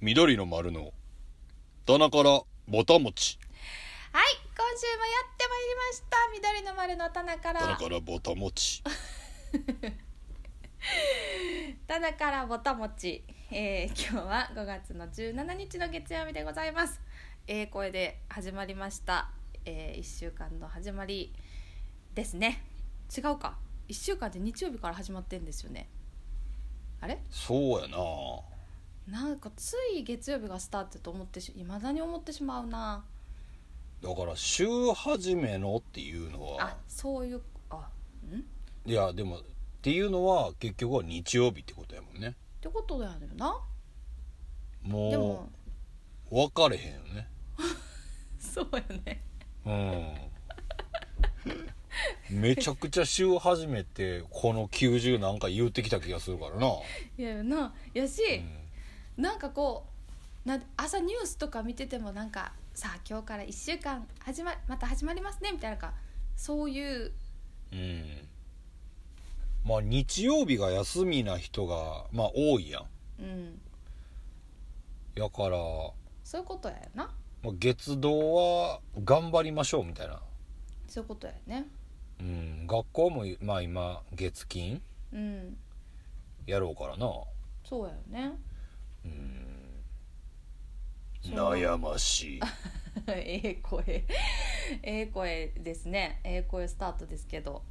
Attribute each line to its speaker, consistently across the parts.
Speaker 1: 緑の丸の棚からぼたもち
Speaker 2: はい今週もやってまいりました緑の丸の棚から
Speaker 1: 棚からぼたもち
Speaker 2: 棚からぼたもち、えー、今日は5月の17日の月曜日でございますえー、これで始まりました、えー、1週間の始まりですね違うか1週間で日曜日から始まってんですよねあれ
Speaker 1: そうやな
Speaker 2: なんかつい月曜日がスタートと思ってしいまだに思ってしまうな
Speaker 1: だから週始めのっていうの
Speaker 2: あ
Speaker 1: は
Speaker 2: そういうあんっ
Speaker 1: いやでもっていうのは結局は日曜日ってことやもんね
Speaker 2: てことだよなで
Speaker 1: も
Speaker 2: も
Speaker 1: う分かれへんよね
Speaker 2: そうよね
Speaker 1: うんめちゃくちゃ週始めてこの90なんか言うてきた気がするからな、
Speaker 2: いやよなやし、
Speaker 1: うん
Speaker 2: なんかこうなん朝ニュースとか見ててもなんかさあ今日から1週間始ままた始まりますねみたいななんかそういう
Speaker 1: うんまあ日曜日が休みな人がまあ多いやん
Speaker 2: うん
Speaker 1: やから、
Speaker 2: そういうことやよな
Speaker 1: まあ、月堂は頑張りましょうみたいな、
Speaker 2: そういうことやよね
Speaker 1: うん、学校もまあ今月金
Speaker 2: うん
Speaker 1: やろうからな、
Speaker 2: そうやよね
Speaker 1: うん、
Speaker 2: そう
Speaker 1: 悩ましい
Speaker 2: ええ声ええ声ですねええ声スタートですけど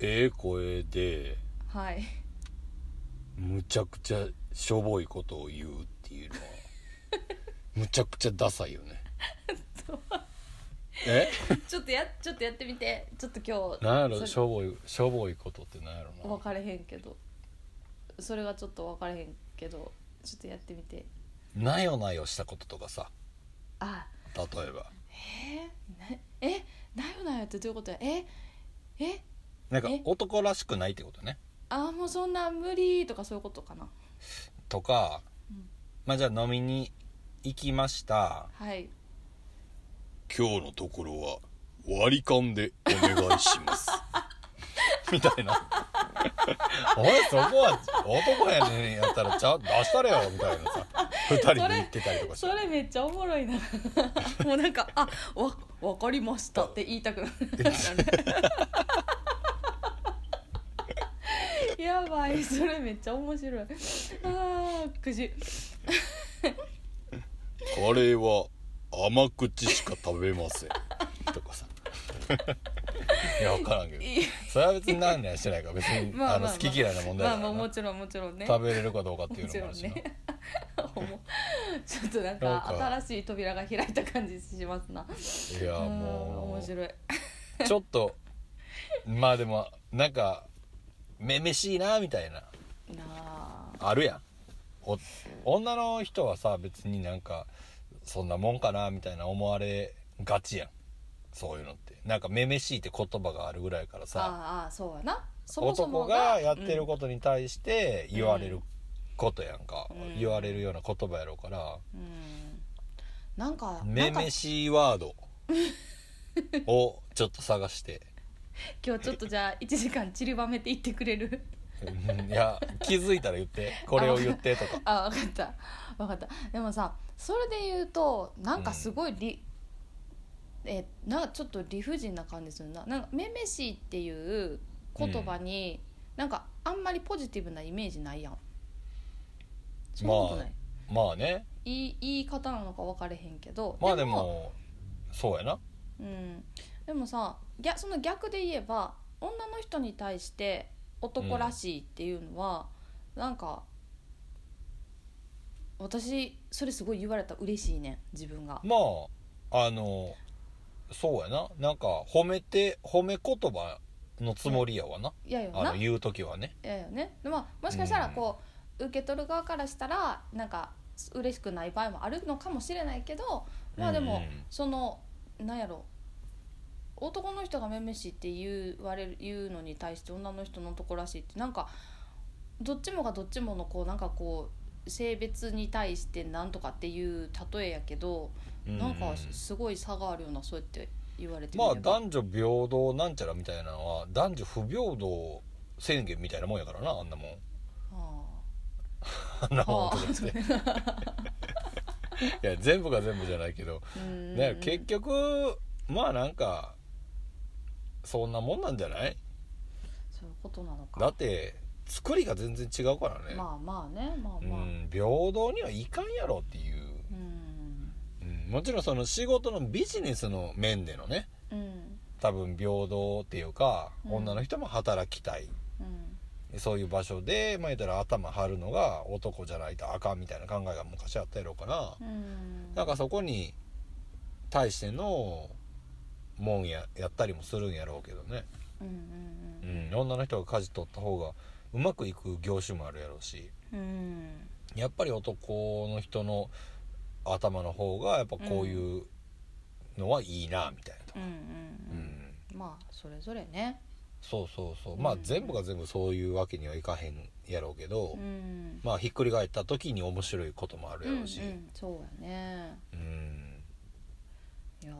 Speaker 1: ええ声で
Speaker 2: はい
Speaker 1: むちゃくちゃしょぼいことを言うっていうの はむちゃくちゃダサいよねえ
Speaker 2: ちょっとやちょっとやってみてちょっと今日
Speaker 1: なんやろし
Speaker 2: そ
Speaker 1: ょぼいしょぼいことってなんや
Speaker 2: れ
Speaker 1: ろ
Speaker 2: 分
Speaker 1: な
Speaker 2: かれへんけどそれがちょっと分かれへんけどちょっとやってみて
Speaker 1: なよなよしたこととかさ
Speaker 2: あ
Speaker 1: 例えば
Speaker 2: えー、なえなよなよってどういうことやええ
Speaker 1: なんか
Speaker 2: え
Speaker 1: 男らしくないってことね
Speaker 2: あーもうそんなん無理とかそういうことかな
Speaker 1: とか、
Speaker 2: うん
Speaker 1: まあじゃあ飲みに行きました
Speaker 2: はい
Speaker 1: 今日のところは割り勘でお願いします みたいな おいそこは男やねんやったらちゃんと出したれよみたいなさ二人で行ってたりとかし
Speaker 2: そ
Speaker 1: て
Speaker 2: れめっちゃおもろいな もうなんか「あわわかりました」って言いたくなったねやばいそれめっちゃ面白いあーくじ
Speaker 1: カレーは甘口しか食べません とかさいや分からんけど
Speaker 2: いい
Speaker 1: それは別に何年してないから別に
Speaker 2: まあまあ
Speaker 1: あ
Speaker 2: ま
Speaker 1: の
Speaker 2: あ
Speaker 1: 好き嫌いな問題
Speaker 2: ま
Speaker 1: だ
Speaker 2: あ
Speaker 1: か
Speaker 2: ま
Speaker 1: ら
Speaker 2: あも
Speaker 1: な
Speaker 2: ちろんもちろんね
Speaker 1: 食べれるかどうかっていう
Speaker 2: も
Speaker 1: の
Speaker 2: ち
Speaker 1: もあ
Speaker 2: ろん
Speaker 1: るしな
Speaker 2: ねおも ちょっとなん
Speaker 1: なん
Speaker 2: か
Speaker 1: か
Speaker 2: 新しい扉が開いた感じしますない
Speaker 1: や
Speaker 2: あ
Speaker 1: も
Speaker 2: 面
Speaker 1: う
Speaker 2: 白い
Speaker 1: ちょっとまあでもなんかめめしいなみたいな
Speaker 2: なあ
Speaker 1: あるやんお女の人はさ別になんかそんなもんかなみたいな思われがちやんそういうのってなんかめめしいって言葉があるぐらいからさ
Speaker 2: ああああそうやなそもそも
Speaker 1: 男がやってることに対して言われることやんか、
Speaker 2: うん
Speaker 1: 言われるような言葉やろうから、
Speaker 2: うん、うんなんかな
Speaker 1: め
Speaker 2: んか
Speaker 1: めしいワードをちょっと探して
Speaker 2: 今日ちょっとじゃあ1時間散りばめていってくれる
Speaker 1: うんいや気づいたら言ってこれを言ってとか
Speaker 2: あ分かった分かったでもさそれで言うとなんかすごいり、えなんかちょっと理不尽な感じするななんか「めめしい」っていう言葉に、なんかあんまりポジティブなイメージないやんそんなことない、
Speaker 1: まあね
Speaker 2: いい言い方なのか分かれへんけど
Speaker 1: まあでもそうやな
Speaker 2: うん、でもさ逆その逆で言えば女の人に対して男らしいっていうのは、なんか私それすごい言われたら嬉しいねん自分が。
Speaker 1: まああのそうやななんか褒めて褒め言葉のつもりやわな、
Speaker 2: いやよ
Speaker 1: あ
Speaker 2: な
Speaker 1: の。言う時はね
Speaker 2: いやよね。でももしかしたらこう、受け取る側からしたらなんか嬉しくない場合もあるのかもしれないけどまあでも、
Speaker 1: うんうん
Speaker 2: そのなんやろ男の人が「めめしい」って言われる言うのに対して女の人のとこらしいってなんかどっちもがどっちものこうなんかこう性別に対してなんとかっていう例えやけど、なん
Speaker 1: う
Speaker 2: か
Speaker 1: ん
Speaker 2: すごい差があるようなそうやって言われてみ
Speaker 1: まあ
Speaker 2: れば、
Speaker 1: 男女平等なんちゃらみたいなのは 男女不平等宣言みたいなもんやからなあんなもん
Speaker 2: ああ
Speaker 1: な本当ですね いや全部が全部じゃないけど、 ね、結局まあなんかそんなもんなんじゃない
Speaker 2: そういうことなのか
Speaker 1: だって作りが全然違うからね、
Speaker 2: まあまあねまあ
Speaker 1: う
Speaker 2: まあ、うん
Speaker 1: ん、平等にはいかんやろっていう、うん、もちろんその仕事のビジネスの面でのね
Speaker 2: うん
Speaker 1: 多分平等っていうか、
Speaker 2: うん
Speaker 1: 女の人も働きたい
Speaker 2: うん
Speaker 1: そういう場所で、まあ、言ったら頭張るのが男じゃないとあかんみたいな考えが昔あったやろうから、
Speaker 2: うん
Speaker 1: なんかそこに対してのもんややったりもするんやろうけどね、
Speaker 2: うんう
Speaker 1: うんん、女の人が舵取った方がうまくいく業種もあるやろうし
Speaker 2: うんうん
Speaker 1: やっぱり男の人の頭の方がやっぱこういうのはいいなみたいなと
Speaker 2: う
Speaker 1: か、
Speaker 2: ん
Speaker 1: うん
Speaker 2: うんまあそれぞれね
Speaker 1: そうそうそうまあ
Speaker 2: うん
Speaker 1: 全部が全部そういうわけにはいかへんやろうけど、
Speaker 2: うん
Speaker 1: まあひっくり返った時に面白いこともあるやろうし、
Speaker 2: うんうんそうやね
Speaker 1: うん
Speaker 2: いや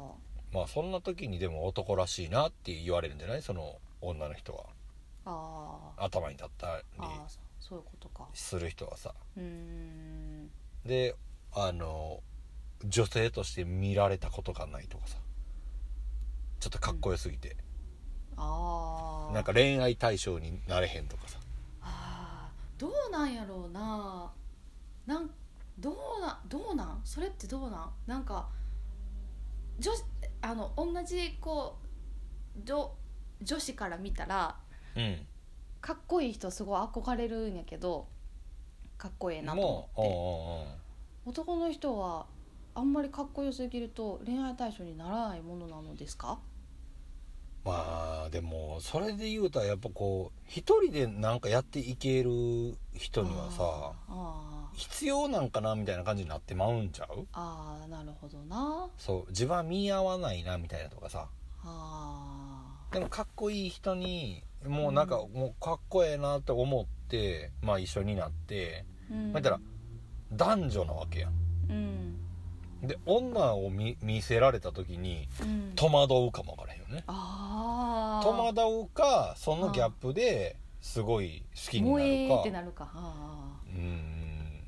Speaker 1: まあそんな時にでも男らしいなって言われるんじゃないその女の人は
Speaker 2: あー
Speaker 1: 頭に立ったり
Speaker 2: あーそそういうことか
Speaker 1: する人はさ
Speaker 2: うーん
Speaker 1: であの女性として見られたことがないとかさちょっとかっこよすぎて、
Speaker 2: ああ
Speaker 1: なんか恋愛対象になれへんとかさ
Speaker 2: あーどうなんやろうななんどうなどうなんそれってどうなんなんか女子あの同じこう女女子から見たら
Speaker 1: うん
Speaker 2: かっこいい人すごい憧れるんやけどかっこええなと思
Speaker 1: も
Speaker 2: っ
Speaker 1: う
Speaker 2: て
Speaker 1: おうおうおう
Speaker 2: 男の人はあんまりかっこよすぎると恋愛対象にならないものなのですか
Speaker 1: まあでもそれで言うたらやっぱこう一人でなんかやっていける人にはさ
Speaker 2: あー
Speaker 1: 必要なんかなみたいな感じになってまうんちゃう
Speaker 2: あーあーなるほどな
Speaker 1: そう自分は見合わないなみたいなとかさ
Speaker 2: あ
Speaker 1: でもかっこいい人にもうなんか
Speaker 2: うん
Speaker 1: もうかっこええなと思って、まあ一緒になって
Speaker 2: ーうん
Speaker 1: まあ言ったら男女なわけやん
Speaker 2: うん
Speaker 1: で女を見見せられた時に
Speaker 2: うん
Speaker 1: 戸惑うかもわからへんよね
Speaker 2: ああ
Speaker 1: 戸惑うかそのギャップですごい好きに
Speaker 2: 萌えー
Speaker 1: な
Speaker 2: って
Speaker 1: るか
Speaker 2: なるかあ
Speaker 1: うーん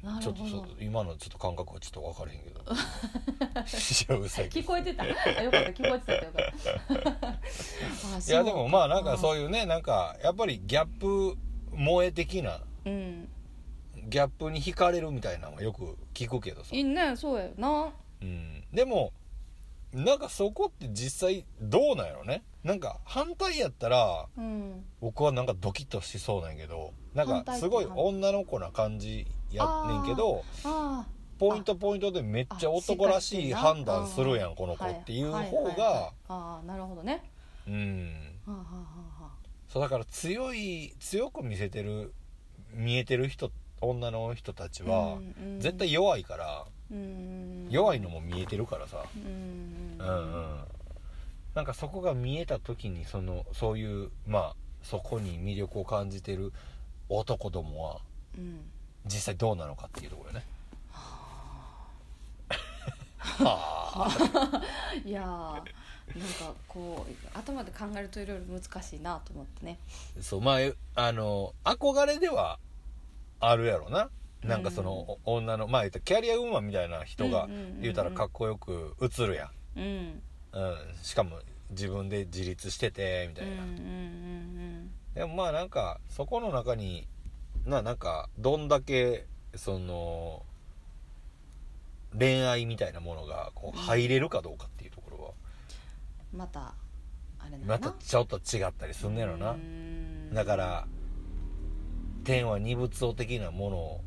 Speaker 2: な
Speaker 1: ちょ
Speaker 2: るほ
Speaker 1: っ
Speaker 2: ど
Speaker 1: とそう今のちょっと感覚はちょっと分からへんけ ど幸
Speaker 2: あ
Speaker 1: せ
Speaker 2: 聞こえてた あよかった聞こえてたよかったあ
Speaker 1: いやでもまあなんかそう
Speaker 2: い
Speaker 1: いうねなんかやっぱりギャップ萌え的な
Speaker 2: ううん
Speaker 1: ギャップに惹かれるみたいなのはよく聞くけどさ
Speaker 2: い、いねそうやよな
Speaker 1: うん、でもなんかそこって実際どうなんやろねなんか反対やったら
Speaker 2: うん
Speaker 1: 僕はなんかドキッとしそうなんやけどなん
Speaker 2: 反
Speaker 1: か
Speaker 2: 対
Speaker 1: すごい
Speaker 2: 反対
Speaker 1: 女の子な感じやねんけど
Speaker 2: あ
Speaker 1: ポイントポイントでめっちゃ男らしい
Speaker 2: あ
Speaker 1: 判断するやんこの
Speaker 2: あ
Speaker 1: 子っていう
Speaker 2: はい
Speaker 1: 方
Speaker 2: はいはいはい
Speaker 1: が
Speaker 2: ああなるほどね
Speaker 1: うん
Speaker 2: はあはあは
Speaker 1: そうだから強い強く見せてる見えてる人女の人たち
Speaker 2: あはあ
Speaker 1: は
Speaker 2: うんうん
Speaker 1: 絶対弱いから
Speaker 2: うん
Speaker 1: 弱いのも見えてるからさ
Speaker 2: うん
Speaker 1: うんうんなんかそこが見えた時にそのそういうまあそこに魅力を感じてる男どもは
Speaker 2: うん
Speaker 1: 実際どうなのかっていうところよね。はあ、
Speaker 2: いやーなんかこう頭で考えるといろいろ難しいなと思ってね
Speaker 1: そうまああの憧れではあるやろな。なんかその、お女のまあ言ったらキャリアウーマンみたいな人が
Speaker 2: うんうんうんうん
Speaker 1: 言うたらかっこよく映るやん。
Speaker 2: うん
Speaker 1: うん、しかも自分で自立しててみたいな。
Speaker 2: うんうんうん
Speaker 1: でもまあなんかそこの中にななんかどんだけその恋愛みたいなものがこう
Speaker 2: うん
Speaker 1: 入れるかどうかっていうところは
Speaker 2: うんまたあれな
Speaker 1: またちょっと違ったりすんねやろなだから天は二物を的なもの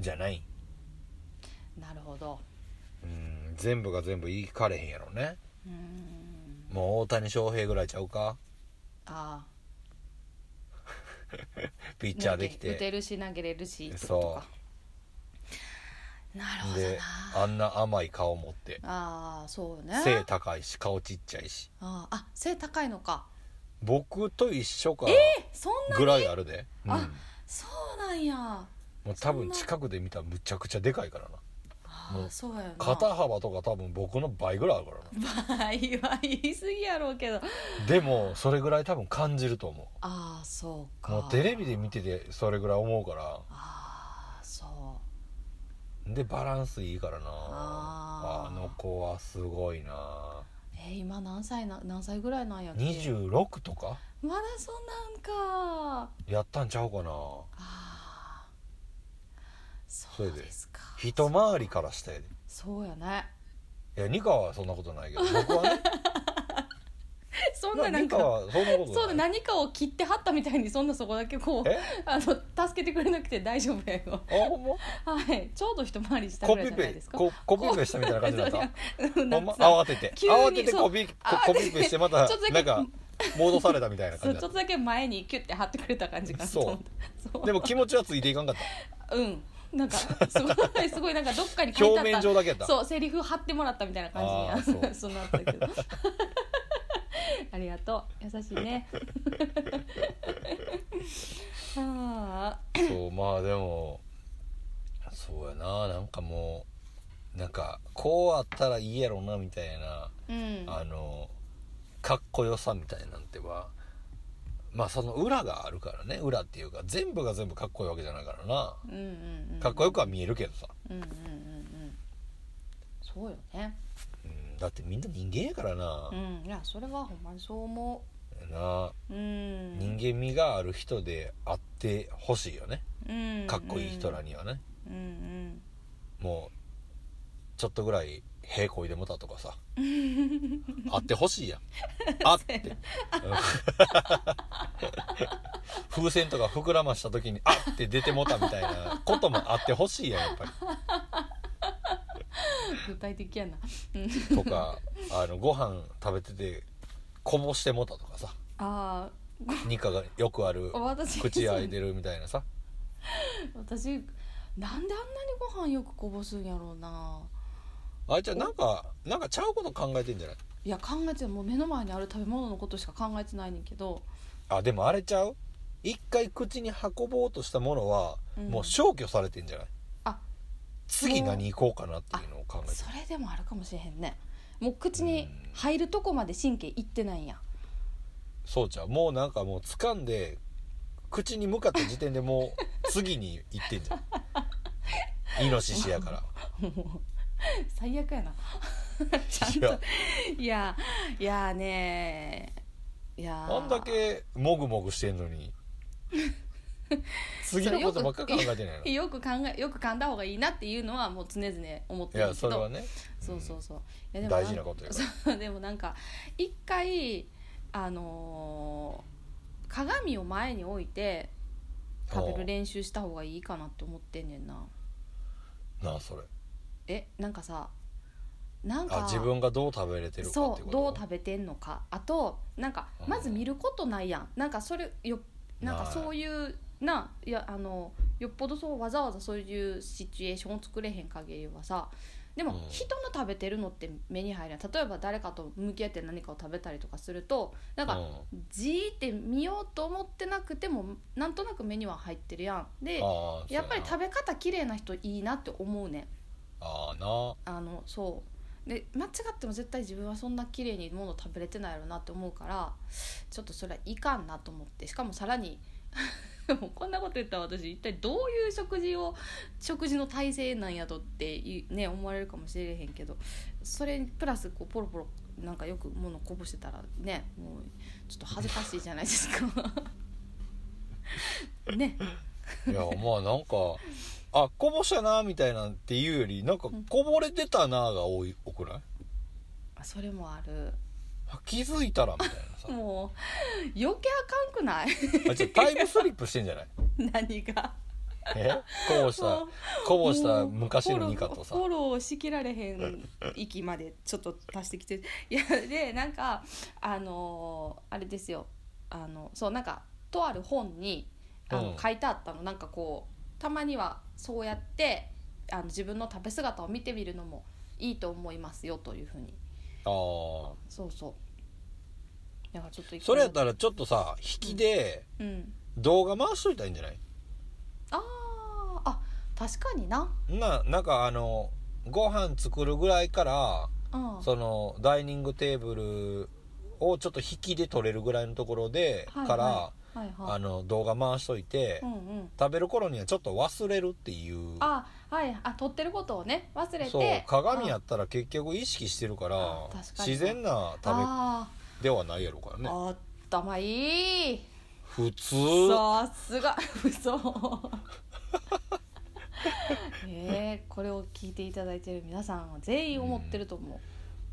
Speaker 1: じゃない
Speaker 2: なるほど
Speaker 1: うん全部が全部言いかれへんやろね
Speaker 2: うん
Speaker 1: もう大谷翔平ぐらいちゃうか
Speaker 2: ああ
Speaker 1: ピッチャーでき
Speaker 2: 打て
Speaker 1: て
Speaker 2: るし投げれるしってこと
Speaker 1: そ
Speaker 2: かなるほ
Speaker 1: う
Speaker 2: どな
Speaker 1: であんな甘い顔持って
Speaker 2: ああそうね
Speaker 1: 背高いし顔ちっちゃいし
Speaker 2: あーあ背高いのか
Speaker 1: 僕と一緒か
Speaker 2: えそんな
Speaker 1: ぐらいあるで、うん
Speaker 2: あそうなんやあ
Speaker 1: もう多
Speaker 2: そん
Speaker 1: 分
Speaker 2: な
Speaker 1: 近くで見たらむちゃくちゃでかいからなも
Speaker 2: あ
Speaker 1: う
Speaker 2: そうやな
Speaker 1: 肩幅とか多分僕の倍ぐらいあるから
Speaker 2: 倍は言い過ぎやろうけど
Speaker 1: なでもそれぐらい多分感じると思
Speaker 2: ああそう
Speaker 1: う
Speaker 2: か
Speaker 1: もうテレビで見ててそれぐらい思うから
Speaker 2: あ
Speaker 1: でバランスいいからな
Speaker 2: あ
Speaker 1: あ
Speaker 2: ー
Speaker 1: の子はすごいな
Speaker 2: えー今何歳な何歳ぐらいなんやっけ
Speaker 1: 26とか
Speaker 2: まだそんなんか
Speaker 1: やったんちゃうかな
Speaker 2: あー
Speaker 1: そ
Speaker 2: そ
Speaker 1: れ
Speaker 2: う
Speaker 1: で
Speaker 2: ですか
Speaker 1: 一回りからしたやで
Speaker 2: そうやね
Speaker 1: いやニカはそんなこと ないけど僕はね
Speaker 2: そんななん
Speaker 1: ニカ
Speaker 2: か
Speaker 1: はそんなことない
Speaker 2: そうだ何かを切ってはったみたいにそんなそこだけこう
Speaker 1: え
Speaker 2: あの助けてくれなくて大丈夫やよ
Speaker 1: あほんま
Speaker 2: はいちょうど一回りしたぐ
Speaker 1: コ
Speaker 2: らい
Speaker 1: ピ
Speaker 2: じゃない
Speaker 1: ペ
Speaker 2: ですか
Speaker 1: ココピペしたみたいな感じだった
Speaker 2: そう
Speaker 1: ほ
Speaker 2: なんん
Speaker 1: ま
Speaker 2: かさ
Speaker 1: 慌てて
Speaker 2: 急に
Speaker 1: 慌てて
Speaker 2: そ
Speaker 1: コ
Speaker 2: う
Speaker 1: ピコ
Speaker 2: あ
Speaker 1: コピペしてまた
Speaker 2: ちょっとだけ
Speaker 1: なんか戻されたみたいな
Speaker 2: そ
Speaker 1: 感
Speaker 2: う
Speaker 1: じ
Speaker 2: ち
Speaker 1: だ
Speaker 2: ょっ
Speaker 1: っ
Speaker 2: とだけ前にキュッて貼ってくれた感じかなと思ったそ
Speaker 1: たでも気持ちはついていかん かっ
Speaker 2: うんなんかすご いすごいなんかどっかに
Speaker 1: た
Speaker 2: 書い
Speaker 1: 表
Speaker 2: てあった
Speaker 1: 面上だけやった
Speaker 2: そうセリフ貼ってもらったみたいな
Speaker 1: あ
Speaker 2: 感じに
Speaker 1: ー
Speaker 2: そうなったけど ありがとう優しいね あ
Speaker 1: そうまあでもそうやななんかもうなんかこうあったらいいやろなみたいな、
Speaker 2: ーうん
Speaker 1: あのかっこよさみたいなんてはまあその裏があるからね裏っていうか全部が全部かっこいいわけじゃないからな
Speaker 2: うんうんうん
Speaker 1: かっこよくは見えるけどさ、
Speaker 2: うんうんうんうんそうよね
Speaker 1: うん、だってみんな人間やからな
Speaker 2: う、んいやそれはほんまにそう思
Speaker 1: な
Speaker 2: ううん
Speaker 1: 人間味がある人であってほしいよね
Speaker 2: 間
Speaker 1: かっこいい人らにはね、
Speaker 2: うんうん
Speaker 1: もうちょっとぐらい平行いでもたとかさあってほしいやんあって風船とか膨らました時にあって出てもたみたいなこともあってほしいやんやっぱ
Speaker 2: 具体的やなうん
Speaker 1: りとかあのご飯食べててこぼしてもたとかさ
Speaker 2: あ
Speaker 1: ニカがよくある
Speaker 2: あ私
Speaker 1: 口開いてるみたいなさ
Speaker 2: 私なんであんなにご飯よくこぼすんやろうな
Speaker 1: あいちゃんなんかなんかちゃうこと考えてんじゃない
Speaker 2: いや考えてないもう目の前にある食べ物のことしか考えてないねんけど
Speaker 1: あでもあれちゃう一回口に運ぼうとしたものは、
Speaker 2: うん
Speaker 1: もう消去されてんじゃない
Speaker 2: あ
Speaker 1: 次何行こうかなっていうのを考えて
Speaker 2: それでもあるかもしれへんねもう口に入るとこまで神経いってないんや
Speaker 1: そうちゃうもうなんかもう掴んで口に向かった時点でもう次に行ってんじゃんイノシシやから
Speaker 2: もう最悪やなちゃん
Speaker 1: いや
Speaker 2: といやいやねいや
Speaker 1: あんだけもぐもぐしてんのに次のことばっか考えてないのい
Speaker 2: よく考えよく噛んだ方がいいなっていうのはもう常々思ってるけど
Speaker 1: やそれはね
Speaker 2: そうそうそういや
Speaker 1: 大事なことよ
Speaker 2: そう でもなんか一回あのー鏡を前に置いて食べる練習した方がいいかなって思ってんねんな
Speaker 1: なあそれ
Speaker 2: えなんかさなんか
Speaker 1: あ自分がどう食べれてるかっ
Speaker 2: そ
Speaker 1: ていううこと
Speaker 2: どう食べてんのかあとなんか
Speaker 1: うん
Speaker 2: まず見ることないやんなんかそれよなんか
Speaker 1: ない
Speaker 2: そういうないやあのよっぽどそうわざわざそういうシチュエーションを作れへん限りはさでも
Speaker 1: うん
Speaker 2: 人の食べてるのって目に入らない例えば誰かと向き合って何かを食べたりとかするとなんか
Speaker 1: うん
Speaker 2: じーって見ようと思ってなくてもなんとなく目には入ってるやんで
Speaker 1: あー
Speaker 2: やっぱり
Speaker 1: そう
Speaker 2: 食べ方綺麗な人いいなって思うねん
Speaker 1: なあーな
Speaker 2: あのそうで間違っても絶対自分はそんな綺麗にもの食べれてないやろなって思うからちょっとそれはいかんなと思ってしかもさらに もうこんなこと言ったら私一体どういう食事を食事の体制なんやとっていね思われるかもしれへんけどそれにプラスこうポロポロなんかよく物こぼしてたらねもうちょっと恥ずかしいじゃないですか。ね
Speaker 1: いやまあなんかあこぼしたなみたいなんっていうよりなんかこぼれてたなが多い多くない
Speaker 2: それもある
Speaker 1: あ気づいたらみたいなさ
Speaker 2: もう余計あかんくない
Speaker 1: あじゃタイムスリップしてんじゃない
Speaker 2: 何が。
Speaker 1: えこぼしたこぼした昔のニカとさ
Speaker 2: フォローフォローしきられへん域までちょっと足してきて いやでなんかあのーあれですよあのそうなんかとある本にあの、
Speaker 1: うん
Speaker 2: 書いてあったのなんかこうたまにはそうやってあの自分の食べ姿を見てみるのもいいと思いますよというふうに
Speaker 1: あー
Speaker 2: そうそうなんかちょっと一回
Speaker 1: それやったらちょっとさ引きで
Speaker 2: うん
Speaker 1: 動画回しといたらいいんじゃない
Speaker 2: あーあ確かにな
Speaker 1: ななんかあのご飯作るぐらいから
Speaker 2: うん
Speaker 1: そのダイニングテーブルをちょっと引きで取れるぐらいのところで
Speaker 2: はいはい
Speaker 1: から、
Speaker 2: はい
Speaker 1: あ
Speaker 2: はい
Speaker 1: の動画回しといて、
Speaker 2: うんうん
Speaker 1: 食べる頃にはちょっと忘れるっていう
Speaker 2: あはいあ撮ってることをね忘れて
Speaker 1: そう鏡や
Speaker 2: っ
Speaker 1: ったら結局意識してるから、
Speaker 2: あ確かに
Speaker 1: 自然な
Speaker 2: た
Speaker 1: 食
Speaker 2: あ
Speaker 1: べではないやろから
Speaker 2: ー、
Speaker 1: ね
Speaker 2: あ頭いい
Speaker 1: 普通
Speaker 2: さすが 嘘 えー、これを聞いていただいてる皆さんは全員思ってると思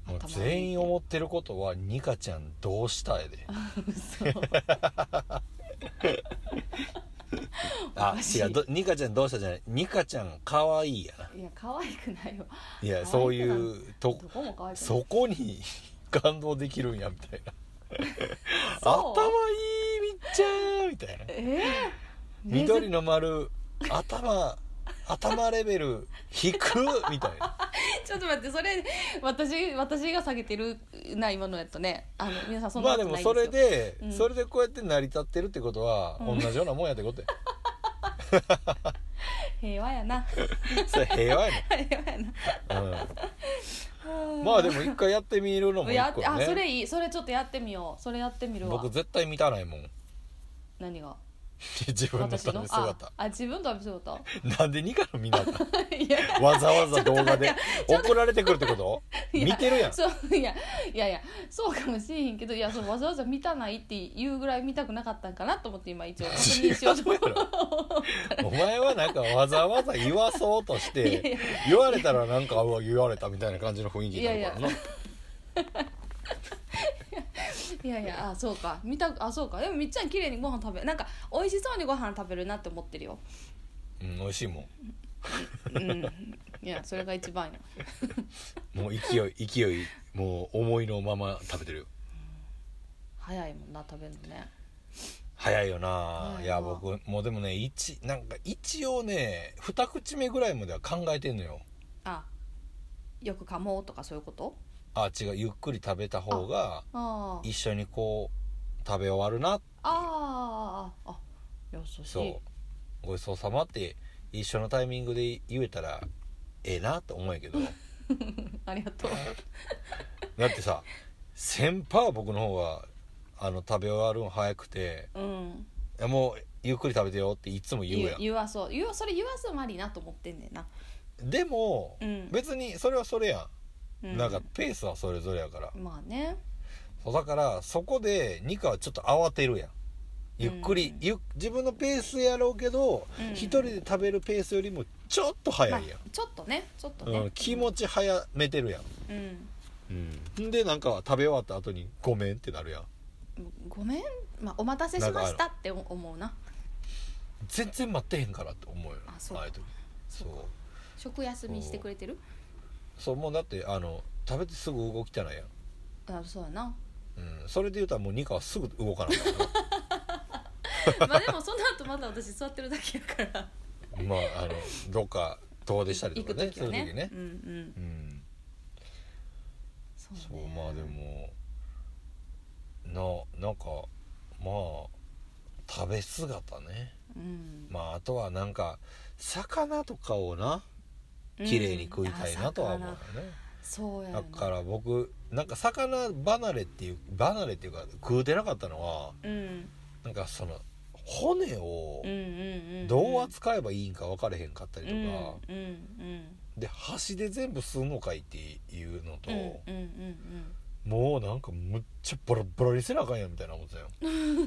Speaker 2: う、
Speaker 1: もう
Speaker 2: 頭いいって
Speaker 1: 全員思ってることはニカちゃんどうしたやで
Speaker 2: 嘘お
Speaker 1: あ
Speaker 2: かしい
Speaker 1: 違うどニカちゃんどうしたじゃないニカちゃん可愛いやない
Speaker 2: や可愛くないよ
Speaker 1: い
Speaker 2: 可愛い
Speaker 1: やそういう
Speaker 2: ど
Speaker 1: と
Speaker 2: こも可愛くない
Speaker 1: そこに感動できるんやみたいな
Speaker 2: そう
Speaker 1: 頭いいみっちゃーみたいな
Speaker 2: えー、
Speaker 1: 緑の丸頭頭レベル低くみたいな
Speaker 2: ちょっと待ってそれ私私が下げてるな今のやつねあの皆 さんそん
Speaker 1: ま
Speaker 2: な
Speaker 1: あ
Speaker 2: こ
Speaker 1: で
Speaker 2: と
Speaker 1: も
Speaker 2: ない
Speaker 1: それ
Speaker 2: ですよ
Speaker 1: で、
Speaker 2: うん
Speaker 1: それでこうやって成り立ってるってことは、
Speaker 2: うん
Speaker 1: 同じようなもんやってことや
Speaker 2: 平和やな
Speaker 1: それ平和やね、
Speaker 2: 平和やな
Speaker 1: うん、まあでも一回やってみるのも一
Speaker 2: やっ
Speaker 1: 個
Speaker 2: あそ
Speaker 1: ね
Speaker 2: れいいそれちょっとやってみようそれやってみるわ
Speaker 1: 僕絶対見たないもん
Speaker 2: 何が
Speaker 1: 自分の
Speaker 2: 私
Speaker 1: 食
Speaker 2: の
Speaker 1: べ
Speaker 2: あ
Speaker 1: 姿
Speaker 2: あ自分の食べ姿
Speaker 1: なんでニカの見なあかん
Speaker 2: いや
Speaker 1: わざわざ動画で
Speaker 2: ちょっ
Speaker 1: 怒られてくるってこと
Speaker 2: いや
Speaker 1: 見てるやん
Speaker 2: そういやいやいやそうかもしれへんけどいやそうわざわざ見たないっていうぐらい見たくなかったんかなと思って今一応 確認しようと思って
Speaker 1: 違うやお前はなんかわざわざ言わそうとし
Speaker 2: いやい
Speaker 1: て
Speaker 2: や
Speaker 1: 言われたらなんかうわ言われたみたいな感じの雰囲気になるからない
Speaker 2: やいいやいやあそうか見たあそうかでもみっちゃん綺麗にご飯食べなんか美味しそうにご飯食べるなって思ってるよ
Speaker 1: うん美味しいも
Speaker 2: うんいやそれが一番よ
Speaker 1: んもう勢い勢いもう思いのまま食べてるよ
Speaker 2: 早いもんな食べるのね
Speaker 1: 早いよな、
Speaker 2: 早い
Speaker 1: いや
Speaker 2: わ
Speaker 1: 僕もうでもね一なんか一応ね二口目ぐらいまでは考えてんのよ
Speaker 2: あよく噛もうとかそういうこと
Speaker 1: あ違うゆっくり食べた方が
Speaker 2: あー
Speaker 1: 一緒にこう食べ終わるな
Speaker 2: あーあーあ優しい
Speaker 1: そうごちそうさまって一緒のタイミングで言えたらええなって思うんやけ ど
Speaker 2: あり がとう
Speaker 1: だってさ先輩は僕の方があの食べ終わるの早くて
Speaker 2: うん
Speaker 1: いやもうゆっくり食べてよっていつも言うや
Speaker 2: 言わそう言わそれ言わすまりなと思ってんねんな、
Speaker 1: んでも、
Speaker 2: うん
Speaker 1: 別にそれはそれや、
Speaker 2: うん
Speaker 1: なんかペースはそれぞれやから
Speaker 2: まあね
Speaker 1: そうだからそこでニカはちょっと慌てるやんゆっくり、
Speaker 2: うん
Speaker 1: ゆっ自分のペースやろうけど
Speaker 2: うん
Speaker 1: 一、人で食べるペースよりもちょっと早
Speaker 2: まあ
Speaker 1: いやん、、
Speaker 2: ちょっとねちょっと
Speaker 1: う
Speaker 2: ね、
Speaker 1: ん、気持ち早めてるやん、
Speaker 2: うん
Speaker 1: うん、でなんか食べ終わった後に「ごめん」ってなるやん
Speaker 2: ごめん、まあ、お待たせしましたって思うな
Speaker 1: 全然待ってへんからって思うよ
Speaker 2: あそうか
Speaker 1: ああいう時そうそう
Speaker 2: 食休みしてくれてる
Speaker 1: もうだってあの食べてすぐ動きたないやん、
Speaker 2: あそう やな
Speaker 1: うん、それで言うたらもうニカはすぐ動かないからな
Speaker 2: まあでもその後まだ私座ってるだけやから
Speaker 1: まああのどっか遠出したり
Speaker 2: 行
Speaker 1: と
Speaker 2: く
Speaker 1: かね
Speaker 2: 時は
Speaker 1: そ
Speaker 2: ね
Speaker 1: ういう時ね
Speaker 2: うんうん
Speaker 1: うん
Speaker 2: そ
Speaker 1: そう
Speaker 2: ね
Speaker 1: まあでもななんかまあ食べ姿ね
Speaker 2: うん
Speaker 1: まああとはなんか魚とかをな綺麗に食いたいなとは思うよ
Speaker 2: うんあ
Speaker 1: ね、
Speaker 2: 魚そうや
Speaker 1: だからら僕なんか魚離れっていう離れっていうか食うてなかったのは
Speaker 2: うんうん
Speaker 1: なんかその骨を
Speaker 2: うんうんん
Speaker 1: どう扱えばいいんか分かれへんかったりと
Speaker 2: うん
Speaker 1: か、
Speaker 2: うんうん
Speaker 1: で箸で全部吸うのかいっていうのと、
Speaker 2: うんうんうん
Speaker 1: もうなんかむっちゃボロボロにせなあかんやんみたいな思ってたよ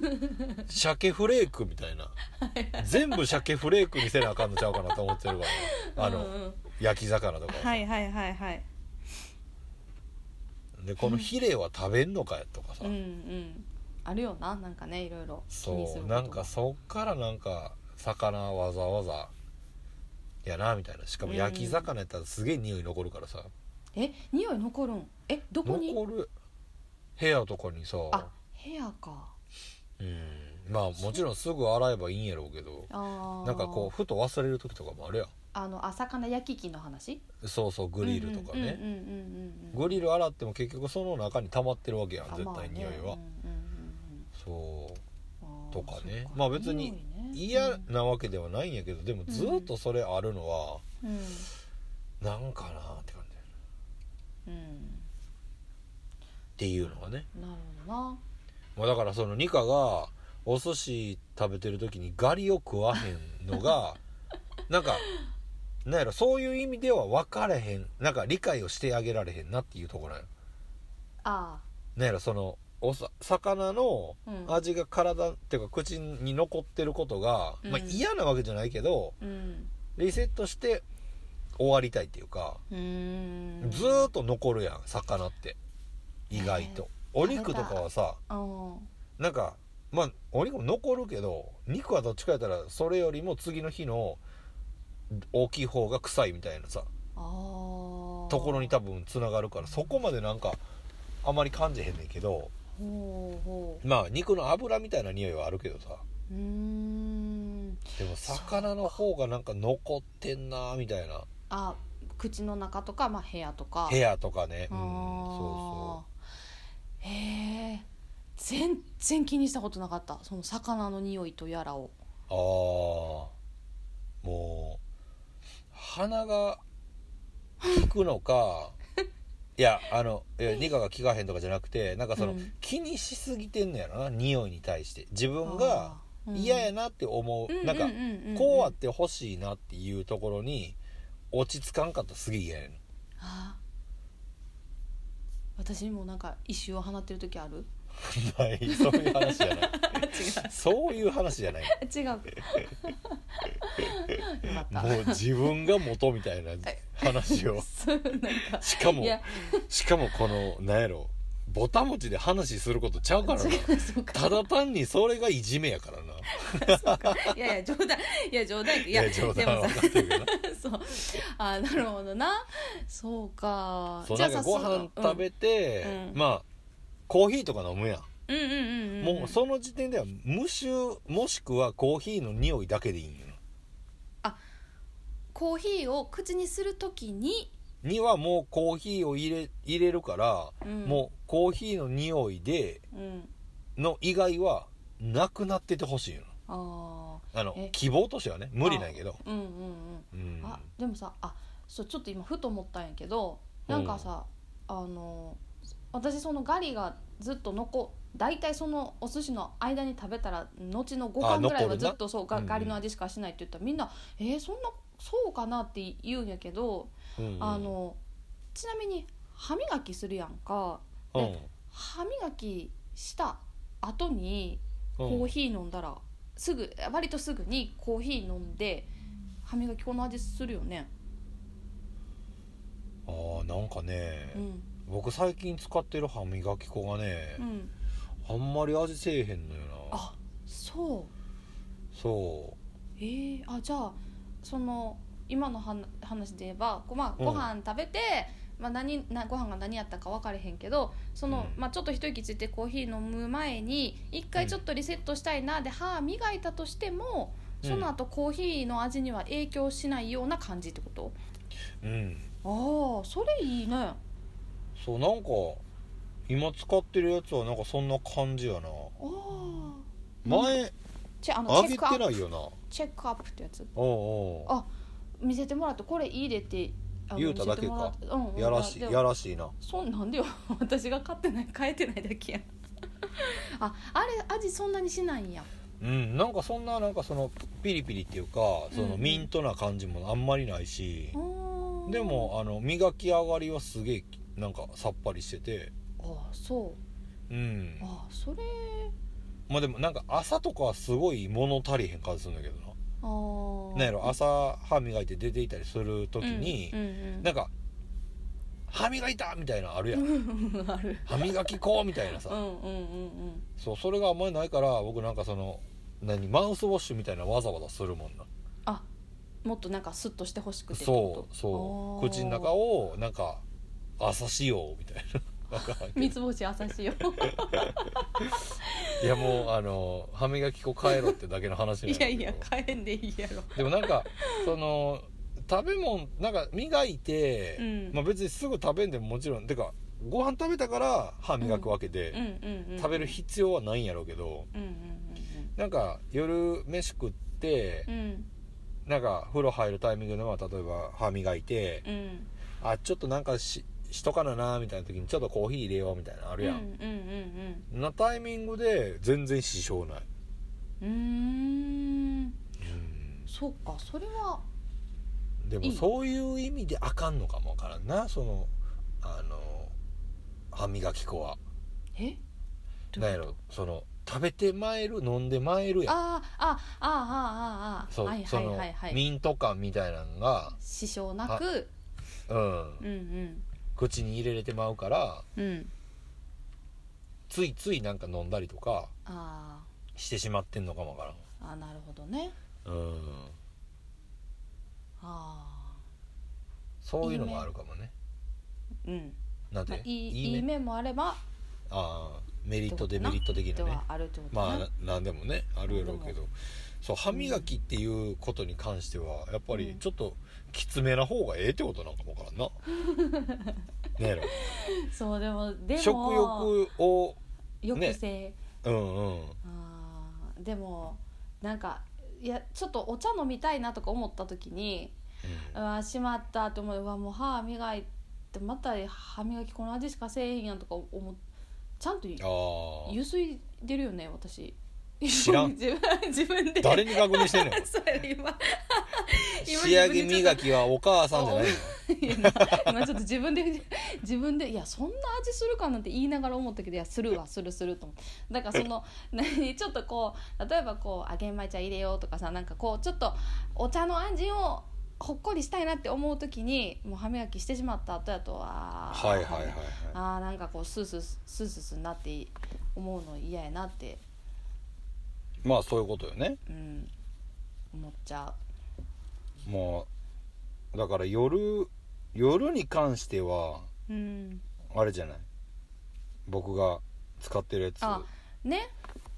Speaker 1: 鮭フレークみたいな全部鮭フレークにせなあかんのちゃうかなと思ってるからあの、
Speaker 2: うんうん
Speaker 1: 焼き魚とかはさ
Speaker 2: はいはいはいはい
Speaker 1: でこのヒレは食べんのかやとかさ、
Speaker 2: うんうんあるよななんかねいろいろ気にす
Speaker 1: そ
Speaker 2: る
Speaker 1: う
Speaker 2: こと
Speaker 1: なんかそっからなんか魚わざわざやなみたいなしかも焼き魚やったらすげえ匂い残るからさ、
Speaker 2: え匂い残るんえどこに
Speaker 1: 残る部屋とかにさ
Speaker 2: あ部屋か
Speaker 1: うんまあもちろんすぐ洗えばいいんやろうけど
Speaker 2: あー
Speaker 1: なんかこうふと忘れる時とかもあるや
Speaker 2: あのあ魚焼き器の話
Speaker 1: んそうそうグリルとかね、
Speaker 2: うんうんうんうんうんうん
Speaker 1: グリル洗っても結局その中に溜まってるわけやん
Speaker 2: あ
Speaker 1: 絶対匂いは、
Speaker 2: まあねうん
Speaker 1: そう
Speaker 2: うんうんうん
Speaker 1: とかね
Speaker 2: あーそっ
Speaker 1: まあ別に
Speaker 2: 匂いね
Speaker 1: 嫌なわけではないんやけどでもずっとそれあるのは
Speaker 2: うん
Speaker 1: なんかなって感じっ
Speaker 2: うん
Speaker 1: ていうのがね
Speaker 2: うんなるほどな
Speaker 1: まあ、だからそのニカがお寿司食べてる時にガリを食わへんの がなんかなんやろそういう意味では分かれへんなんか理解をしてあげられへんなっていうところなんよ
Speaker 2: あ
Speaker 1: なんやろそのおさ魚の
Speaker 2: あうん
Speaker 1: 味が体っていうか口に残ってることが、まあ、
Speaker 2: うん
Speaker 1: 嫌なわけじゃないけど
Speaker 2: うん
Speaker 1: リセットして終わりたいっていうか、
Speaker 2: うーん
Speaker 1: ずーっと残るやん魚って意外と、お肉とかはさ
Speaker 2: うん
Speaker 1: なんかまあお肉も残るけど肉はどっちかやったらそれよりも次の日の大きい方が臭いみたいなさ
Speaker 2: あー
Speaker 1: ところに多分つながるからそこまでなんかあまり感じへんねんけど
Speaker 2: ほうほ
Speaker 1: まあ肉の脂みたいな匂いはあるけどさ
Speaker 2: ううーん
Speaker 1: でも魚の方がなんか残ってんなみたいな
Speaker 2: あ口の中とか、まあ、部屋とか
Speaker 1: 部屋とかね
Speaker 2: あ
Speaker 1: うん
Speaker 2: ー
Speaker 1: そ
Speaker 2: へえ全然気にしたことなかったその魚の匂いとやらを
Speaker 1: うそうああもう鼻が効くの かいやあのいや理科が効かへんとかじゃなくてなんかその、
Speaker 2: うん
Speaker 1: 気にしすぎてんのやろな匂いに対して自分が嫌や
Speaker 2: な
Speaker 1: なって思う、なんか、こうあってほしいなっていうところに落ち着かんかったらすげえ嫌やねん
Speaker 2: あ私もなんか一周を放ってる時ある
Speaker 1: ないそういう話じゃ ない
Speaker 2: 違
Speaker 1: そういう話じゃないう
Speaker 2: 違うよかった
Speaker 1: もう自分が元みたいな話を
Speaker 2: そうなんか
Speaker 1: しかも
Speaker 2: いや
Speaker 1: しかもこのなんやろボタ持ちで話することちゃうからな
Speaker 2: 違うそうか
Speaker 1: ただ単にそれがいじめやからない
Speaker 2: やいや冗談いや冗談い
Speaker 1: い
Speaker 2: や
Speaker 1: や冗談
Speaker 2: で
Speaker 1: は
Speaker 2: もさ
Speaker 1: 分かってるけどな
Speaker 2: そうあなるほどなそうか
Speaker 1: そうなんかご
Speaker 2: 早
Speaker 1: 飯
Speaker 2: 速
Speaker 1: 食べて、
Speaker 2: うん
Speaker 1: まあコーヒーとか飲むやん、
Speaker 2: うんうんうんうん
Speaker 1: もうその時点では無臭もしくはコーヒーの匂いだけでいいんよ
Speaker 2: コーヒーを口にするときに、
Speaker 1: にはもうコーヒーを入れ入れるから、
Speaker 2: うん
Speaker 1: もうコーヒーの匂いで
Speaker 2: うん、
Speaker 1: の以外はなくなっててほしいの
Speaker 2: あ
Speaker 1: あの
Speaker 2: え
Speaker 1: 希望としてはね無理ないけど
Speaker 2: ーうんうんうん
Speaker 1: うん
Speaker 2: あでもさあそうちょっと今ふと思ったんやけどなんかさ、あの私そのガリがずっと残大体そのお寿司の間に食べたら後の5
Speaker 1: あ
Speaker 2: 巻ぐら
Speaker 1: 残
Speaker 2: いは
Speaker 1: るな
Speaker 2: ずっとそう
Speaker 1: う
Speaker 2: が
Speaker 1: んうん
Speaker 2: ガリの味しかしないって言ったらみんな「えー、そんなそうかな?」って言うんやけど、
Speaker 1: うん
Speaker 2: あのちなみに歯磨きするやんか
Speaker 1: うん
Speaker 2: 歯磨きした後に
Speaker 1: うん
Speaker 2: コーヒー飲んだらすぐ割とすぐにコーヒー飲んで歯磨き粉の味するよね、
Speaker 1: あーなんかね、
Speaker 2: うん
Speaker 1: 僕最近使ってる歯磨き粉がね
Speaker 2: う、ん、
Speaker 1: あんまり味せえへんのよな
Speaker 2: あそう
Speaker 1: そ
Speaker 2: えー、あじゃあその今のはな話で言えばこう、まあ、
Speaker 1: うん
Speaker 2: ご飯食べて、まあ、何なご飯が何やったか分かれへんけどその、
Speaker 1: うん
Speaker 2: まあ、ちょっと一息ついてコーヒー飲む前に一回ちょっとリセットしたいなで歯磨いたとしても
Speaker 1: うん
Speaker 2: その後コーヒーの味には影響しないような感じってこと、
Speaker 1: ううん
Speaker 2: ああそれいいね
Speaker 1: そうなんか今使ってるやつはなんかそんな感じやな
Speaker 2: ああ
Speaker 1: 前
Speaker 2: チェあの
Speaker 1: あ
Speaker 2: チェ
Speaker 1: げ
Speaker 2: ックア
Speaker 1: て
Speaker 2: ッ
Speaker 1: な
Speaker 2: プ
Speaker 1: いよな
Speaker 2: チェックアップってやつ
Speaker 1: おう
Speaker 2: あ見せてもらってこれいいでってあの
Speaker 1: 言うただけか
Speaker 2: 見せてもらってうん
Speaker 1: お
Speaker 2: うん、
Speaker 1: うやらしい
Speaker 2: でも
Speaker 1: やらしいな
Speaker 2: そんなんでよ 私が買ってない買えてないだけや んああれ味そんなにしないんや
Speaker 1: うんなんかそんななんかそのピリピリっていうかそ
Speaker 2: うん
Speaker 1: の
Speaker 2: うん
Speaker 1: ミントな感じもあんまりないし
Speaker 2: あ、ー
Speaker 1: でもあの磨き上がりはすげえなんかさっぱりしてて
Speaker 2: あそう
Speaker 1: うん
Speaker 2: あそれ
Speaker 1: まあでもなんか朝とかはすごい物足りへん感じするんだけどな
Speaker 2: あー
Speaker 1: なんやろ朝歯磨いて出ていたりする時に
Speaker 2: う、んうん
Speaker 1: なんか「歯磨いた!」みたいなのあるやん
Speaker 2: うん ある
Speaker 1: 「歯磨き粉!」みたいな
Speaker 2: う
Speaker 1: さ
Speaker 2: んうんうん
Speaker 1: そうそれがあんまりないから僕なんかその何マウスウォッシュみたいなわざわざするもんな
Speaker 2: うんもっとなんかスッとしてほしくてってこ
Speaker 1: そ
Speaker 2: と
Speaker 1: うそう
Speaker 2: あー
Speaker 1: 口の中をなんか朝しようみたいな なんか
Speaker 2: 三つ星優しいよ
Speaker 1: いやもうあの歯磨き粉変えろってだけの話なん
Speaker 2: い
Speaker 1: だ
Speaker 2: や
Speaker 1: けど
Speaker 2: いや買えんでいいやろ
Speaker 1: でもなんかその食べ物なんか磨いて、
Speaker 2: うん
Speaker 1: まあ、別にすぐ食べんでももちろんてかご飯食べたから歯磨くわけで、
Speaker 2: うんうんうん
Speaker 1: 食べる必要はないんやろうけど
Speaker 2: うんうん
Speaker 1: なんか夜飯食って
Speaker 2: うんう、ん
Speaker 1: なんか風呂入るタイミングでまあ例えば歯磨いて、
Speaker 2: うんうん
Speaker 1: あちょっとなんかししとかななみたいな時にちょっとコーヒー入れようみたいなのあるや
Speaker 2: うん
Speaker 1: ん、
Speaker 2: うんうんうん
Speaker 1: なタイミングで全然支障ない
Speaker 2: うーん
Speaker 1: うん
Speaker 2: そうかそれは
Speaker 1: で
Speaker 2: い
Speaker 1: も
Speaker 2: い
Speaker 1: そういう意味であかんのかもわからんなそのあの歯磨き粉は
Speaker 2: えどう
Speaker 1: なん
Speaker 2: い
Speaker 1: や
Speaker 2: うこと
Speaker 1: ろその食べてまえる飲んでまえるやん
Speaker 2: あーああああーあーあー
Speaker 1: そう、
Speaker 2: はい
Speaker 1: そ
Speaker 2: はい
Speaker 1: の
Speaker 2: はいはい
Speaker 1: ミント感みたいなのが、
Speaker 2: 支障なく
Speaker 1: うん、
Speaker 2: うんうん
Speaker 1: 口に入れれてまうから
Speaker 2: うん
Speaker 1: ついついなんか飲んだりとか
Speaker 2: あ
Speaker 1: してしまってんのかもわか
Speaker 2: ーあーなるほどね
Speaker 1: らん、うん、
Speaker 2: あ
Speaker 1: そういうのもあるかもね
Speaker 2: あうん、
Speaker 1: なんて、
Speaker 2: まあ、いい
Speaker 1: い
Speaker 2: い
Speaker 1: ね
Speaker 2: い面もあれば
Speaker 1: ああメリット
Speaker 2: って
Speaker 1: デ
Speaker 2: ことな
Speaker 1: メリット的
Speaker 2: 人
Speaker 1: なね
Speaker 2: はあるってこと
Speaker 1: まあ
Speaker 2: ね、
Speaker 1: ななんでもねあるやろうけどそう歯磨きっていうことに関してはやっぱ
Speaker 2: う
Speaker 1: り
Speaker 2: ん
Speaker 1: ちょっときつめな方がええってことなんかもわからんな ねえろ
Speaker 2: そうでもでも
Speaker 1: 食欲を
Speaker 2: 抑制、
Speaker 1: うんうん
Speaker 2: あーでもなんかいやちょっとお茶飲みたいなとか思った時にうわーしまったと思ううわもう歯磨いてまた歯磨きこの味しかせえへんやんとか思っちゃんとゆ
Speaker 1: あ
Speaker 2: ゆすいでるよね私
Speaker 1: 知らん
Speaker 2: 自分自分
Speaker 1: あ
Speaker 2: で
Speaker 1: 誰に確認してんの
Speaker 2: そうやね今今
Speaker 1: 仕上げ磨きはお母さんじゃないの
Speaker 2: 今ちょっと自分で 自分でいやそんな味するかなんて言いながら思ったけどいやするわするすると思うだからそ の何ちょっとこう例えばこうあ玄米茶入れようとかさなんかこうちょっとお茶の味をほっこりしたいなって思う時にもう歯磨きしてしまった後やとは
Speaker 1: はいはいはいはい
Speaker 2: あーなんかこうスースーススースーになって思うの嫌やなって、
Speaker 1: まあそういうことよね
Speaker 2: うん、思っちゃ
Speaker 1: もうだから夜夜に関しては
Speaker 2: う。うん、
Speaker 1: あれじゃない僕が使ってるやつ
Speaker 2: あね